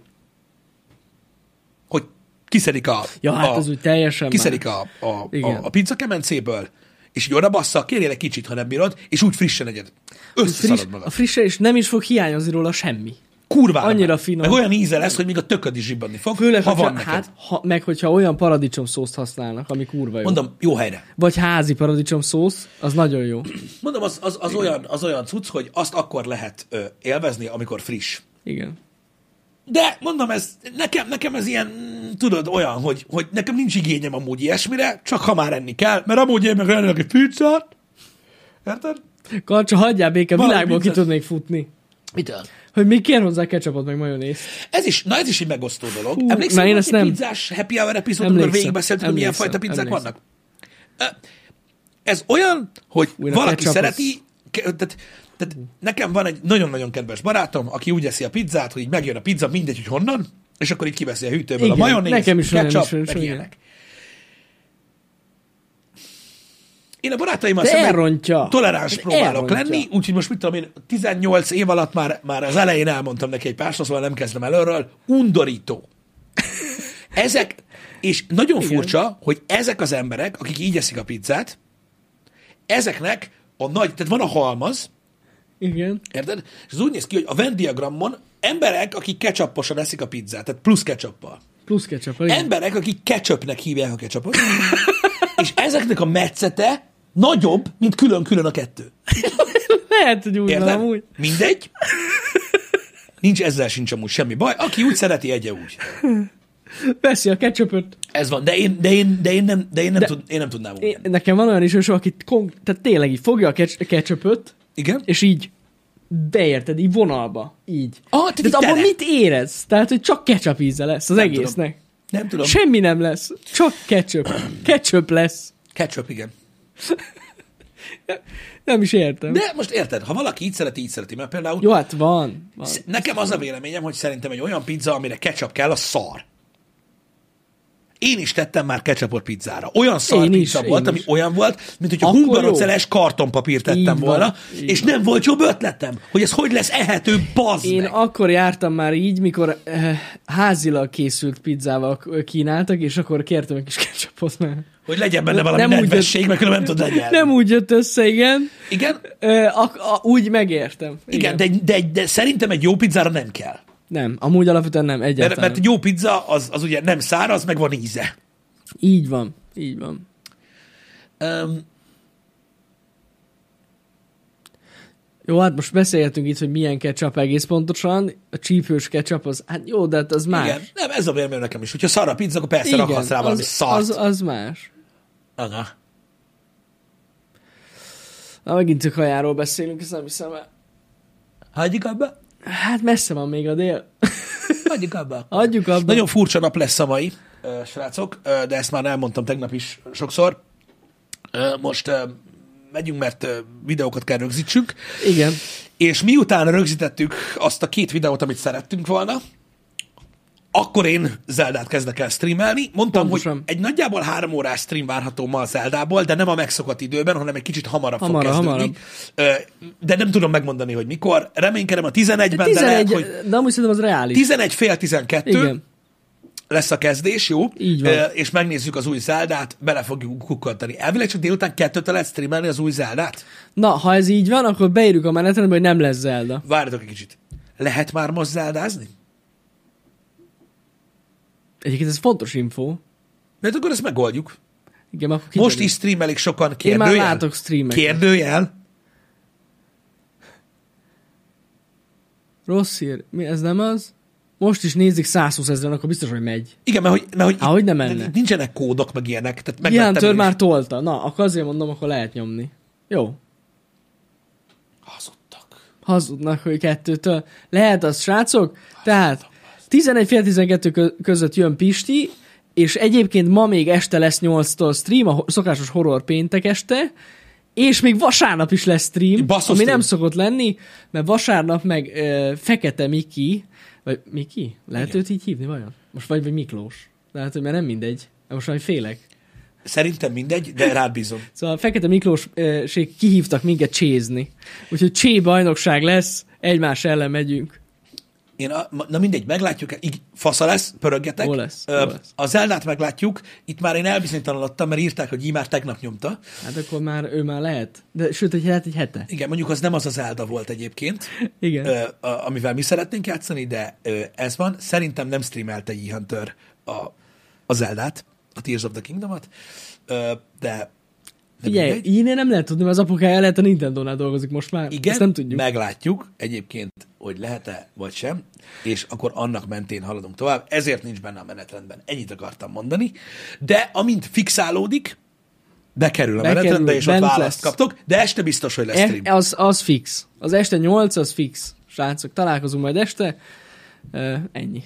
Speaker 1: hogy kiszedik a,
Speaker 2: Ja, hát
Speaker 1: a,
Speaker 2: az úgy teljesen
Speaker 1: kiszedik a, a, a,
Speaker 2: Igen.
Speaker 1: a pizza kemencéből, és így oda bassza, kérjelek kicsit, ha nem bírod, és úgy frissen egyed.
Speaker 2: Friss,
Speaker 1: Összeszarod
Speaker 2: a
Speaker 1: magad.
Speaker 2: friss és nem is fog hiányozni róla semmi.
Speaker 1: Kurvára.
Speaker 2: annyira
Speaker 1: nem.
Speaker 2: finom.
Speaker 1: Meg olyan íze lesz, hogy még a tököd is zsibbadni fog,
Speaker 2: Főleg,
Speaker 1: ha van neked.
Speaker 2: hát, ha, meg hogyha olyan paradicsom szószt használnak, ami kurva jó.
Speaker 1: Mondom, jó helyre.
Speaker 2: Vagy házi paradicsom szósz, az nagyon jó.
Speaker 1: Mondom, az, az, az, olyan, az olyan cucc, hogy azt akkor lehet ö, élvezni, amikor friss.
Speaker 2: Igen.
Speaker 1: De mondom, ez, nekem, nekem ez ilyen, mm, tudod, olyan, hogy, hogy nekem nincs igényem amúgy ilyesmire, csak ha már enni kell, mert amúgy én meg ennek egy pizzát. Érted?
Speaker 2: Karcsa, hagyjál béke,
Speaker 1: Valami
Speaker 2: világból ki
Speaker 1: vicces.
Speaker 2: tudnék futni.
Speaker 1: Mitől?
Speaker 2: Hogy még kér hozzá ketchupot, meg majonézt.
Speaker 1: Ez is, na ez is egy megosztó dolog.
Speaker 2: Hú,
Speaker 1: Hú, Emlékszel,
Speaker 2: na, én
Speaker 1: hogy
Speaker 2: ezt
Speaker 1: egy
Speaker 2: nem.
Speaker 1: pizzás happy hour epizód, amikor
Speaker 2: Emlékszem,
Speaker 1: végigbeszéltük, hogy milyen
Speaker 2: emlékszem,
Speaker 1: fajta pizzák
Speaker 2: emlékszem.
Speaker 1: vannak? Ö, Ez olyan, hogy
Speaker 2: Újra
Speaker 1: valaki
Speaker 2: ketchup,
Speaker 1: szereti, ke- tehát, tehát nekem van egy nagyon-nagyon kedves barátom, aki úgy eszi a pizzát, hogy így megjön a pizza, mindegy, hogy honnan, és akkor így kiveszi a hűtőből
Speaker 2: Igen,
Speaker 1: a majonéz,
Speaker 2: nekem is van,
Speaker 1: ketchup,
Speaker 2: nekem is van,
Speaker 1: meg
Speaker 2: igen.
Speaker 1: ilyenek. Én a barátaimmal
Speaker 2: De
Speaker 1: szemben
Speaker 2: elrontja.
Speaker 1: toleráns
Speaker 2: De
Speaker 1: próbálok
Speaker 2: elrontja.
Speaker 1: lenni, úgyhogy most mit tudom én, 18 év alatt már, már az elején elmondtam neki egy pár szót, szóval nem kezdem előről, undorító. Ezek, és nagyon Igen. furcsa, hogy ezek az emberek, akik így eszik a pizzát, ezeknek a nagy, tehát van a halmaz,
Speaker 2: Igen.
Speaker 1: érted? És ez úgy néz ki, hogy a Venn diagramon emberek, akik ketchuposan eszik a pizzát, tehát plusz ketchuppal.
Speaker 2: Plusz ketchup, igen.
Speaker 1: Emberek, akik ketchupnek hívják a ketchupot, és ezeknek a metszete nagyobb, mint külön-külön a kettő.
Speaker 2: Lehet, hogy úgy van
Speaker 1: Érted?
Speaker 2: amúgy.
Speaker 1: Mindegy. Nincs ezzel sincs amúgy semmi baj. Aki úgy szereti, egye úgy.
Speaker 2: Veszi a ketchupot.
Speaker 1: Ez van. De én, de én, de én nem, de én nem,
Speaker 2: De-
Speaker 1: tud, én nem tudnám úgy.
Speaker 2: Én, nekem van olyan is, hogy soha, aki kon- tehát tényleg így fogja a kecs- ketchupot,
Speaker 1: Igen?
Speaker 2: és így beérted, így vonalba. Így.
Speaker 1: Ah, tehát így
Speaker 2: tehát abban
Speaker 1: tele.
Speaker 2: mit érez? Tehát, hogy csak ketchup íze lesz az
Speaker 1: Nem
Speaker 2: egésznek.
Speaker 1: Nem tudom. Se...
Speaker 2: Semmi nem lesz. Csak ketchup. ketchup lesz.
Speaker 1: Ketchup, igen.
Speaker 2: Nem is értem.
Speaker 1: De most érted, ha valaki így szereti, így szereti, mert például
Speaker 2: Jó, hát van. van.
Speaker 1: sz- nekem az a véleményem, hogy szerintem egy olyan pizza, amire ketchup kell, a szar. Én is tettem már ketchupot pizzára. Olyan szar
Speaker 2: Én is,
Speaker 1: pizza
Speaker 2: én
Speaker 1: volt, ami
Speaker 2: is.
Speaker 1: olyan volt, mint hogyha
Speaker 2: Akkor
Speaker 1: hungaroceles kartonpapírt tettem
Speaker 2: Így van,
Speaker 1: volna,
Speaker 2: így
Speaker 1: és nem volt jobb ötletem, hogy ez hogy lesz ehető, bazd
Speaker 2: Én
Speaker 1: meg.
Speaker 2: akkor jártam már így, mikor eh, házilag készült pizzával k- kínáltak, és akkor kértem egy kis ketchupot, mert
Speaker 1: Hogy legyen benne valami
Speaker 2: Nem
Speaker 1: nem
Speaker 2: úgy
Speaker 1: nedvesség, mert különben nem tud lenyelni.
Speaker 2: nem úgy jött össze, igen.
Speaker 1: Igen,
Speaker 2: Eh, ak- a- úgy megértem.
Speaker 1: igen, de, de, de, szerintem egy jó pizzára nem kell.
Speaker 2: Nem, amúgy alapvetően nem,
Speaker 1: Mert,
Speaker 2: egyáltalán.
Speaker 1: mert egy jó pizza az, az ugye nem száraz, meg van íze.
Speaker 2: Így van, így van.
Speaker 1: Um,
Speaker 2: Jó, hát most beszélgetünk itt, hogy milyen ketchup egész pontosan. A csípős ketchup az, hát jó, de hát az más.
Speaker 1: igen, nem, ez a véleményem nekem is. Hogyha szar a pizza, akkor persze igen, rakhatsz rá valami
Speaker 2: az,
Speaker 1: szart.
Speaker 2: az, az más.
Speaker 1: Aha.
Speaker 2: Na, megint csak hajáról beszélünk, ezt nem hiszem el.
Speaker 1: Hagyjuk abba?
Speaker 2: Hát messze van még a dél.
Speaker 1: Hagyjuk abba.
Speaker 2: Adjuk abba.
Speaker 1: Nagyon furcsa nap lesz a mai, ö, srácok, ö, de ezt már elmondtam tegnap is sokszor. Ö, Most ö, megyünk, mert ö, videókat kell rögzítsünk.
Speaker 2: Igen.
Speaker 1: És miután rögzítettük azt a két videót, amit szerettünk volna, akkor én Zeldát kezdek el streamelni. Mondtam,
Speaker 2: Pontosan.
Speaker 1: hogy egy nagyjából három órás stream várható ma a Zeldából, de nem a megszokott időben, hanem egy kicsit hamarabb
Speaker 2: Hamarabb,
Speaker 1: fog kezdődni. Hamarabb. De nem tudom megmondani, hogy mikor. Reménykedem a 11-ben, de,
Speaker 2: 11, de,
Speaker 1: lehet, hogy
Speaker 2: de amúgy szerintem az reális.
Speaker 1: 11 fél 12
Speaker 2: Igen.
Speaker 1: lesz a kezdés, jó?
Speaker 2: Így van.
Speaker 1: Ö, És megnézzük az új Zeldát, bele fogjuk kukkantani. Elvileg csak délután kettőtől lehet streamelni az új Zeldát?
Speaker 2: Na, ha ez így van, akkor beírjuk a menetrendbe, hogy nem lesz Zelda.
Speaker 1: Várjatok egy kicsit. Lehet már most Zeldázni?
Speaker 2: Egyébként ez fontos info.
Speaker 1: Mert akkor ezt megoldjuk.
Speaker 2: Igen, akkor kiderül.
Speaker 1: Most is streamelik sokan,
Speaker 2: Én
Speaker 1: kérdőjel?
Speaker 2: már látok streameket. Kér...
Speaker 1: Kérdőjel?
Speaker 2: Rossz hír. Mi, ez nem az? Most is nézik 120 ezeren, akkor biztos, hogy megy.
Speaker 1: Igen, mert hogy, mert hogy,
Speaker 2: Há, hogy ne menne?
Speaker 1: mert nincsenek kódok, meg ilyenek. Tehát megvettem
Speaker 2: Ilyen tör
Speaker 1: én is.
Speaker 2: már tolta. Na, akkor azért mondom, akkor lehet nyomni. Jó.
Speaker 1: Hazudtak.
Speaker 2: Hazudnak, hogy kettőtől. Lehet az, srácok? Tehát 11 fél 12 kö- között jön Pisti, és egyébként ma még este lesz 8-tól stream, a ho- szokásos horror péntek este, és még vasárnap is lesz stream,
Speaker 1: Basszus
Speaker 2: ami
Speaker 1: stream.
Speaker 2: nem szokott lenni, mert vasárnap meg ö, Fekete Miki, vagy Miki? Lehet
Speaker 1: Igen.
Speaker 2: őt így hívni vajon? Most vagy, vagy Miklós. Lehet, hogy mert nem mindegy. Most már félek.
Speaker 1: Szerintem mindegy, de rád bízom.
Speaker 2: Szóval Fekete Miklós ö, sék kihívtak minket csézni. Úgyhogy csé bajnokság lesz, egymás ellen megyünk.
Speaker 1: Én a, na mindegy, meglátjuk, így fasza lesz, pörögjetek.
Speaker 2: Jó lesz, jó
Speaker 1: Ö,
Speaker 2: lesz.
Speaker 1: A Zeldát meglátjuk, itt már én elbizonytalanodtam, mert írták, hogy így már tegnap nyomta.
Speaker 2: Hát akkor már ő már lehet. De sőt, hogy lehet egy hete.
Speaker 1: Igen, mondjuk az nem az a Zelda volt egyébként,
Speaker 2: Igen.
Speaker 1: ö, a, amivel mi szeretnénk játszani, de ö, ez van. Szerintem nem streamelte E. Hunter a, a Zeldát, a Tears of the Kingdom-at, ö, de de
Speaker 2: Figyelj,
Speaker 1: mindegy.
Speaker 2: én nem lehet tudni, mert az apukája lehet a Nintendo-nál dolgozik most már.
Speaker 1: Igen,
Speaker 2: Ezt nem tudjuk.
Speaker 1: meglátjuk egyébként, hogy lehet-e vagy sem, és akkor annak mentén haladunk tovább. Ezért nincs benne a menetrendben. Ennyit akartam mondani. De amint fixálódik, bekerül a
Speaker 2: Bekerül,
Speaker 1: menetrendbe, és ott
Speaker 2: bent
Speaker 1: választ
Speaker 2: lesz.
Speaker 1: kaptok, de este biztos, hogy lesz
Speaker 2: E-
Speaker 1: stream.
Speaker 2: az, az fix. Az este 8, az fix. Srácok, találkozunk majd este. Ö, ennyi.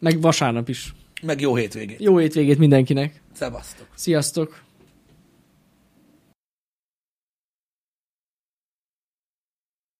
Speaker 2: Meg vasárnap is.
Speaker 1: Meg jó hétvégét.
Speaker 2: Jó étvégét mindenkinek.
Speaker 1: Szevasztok!
Speaker 2: Sziasztok!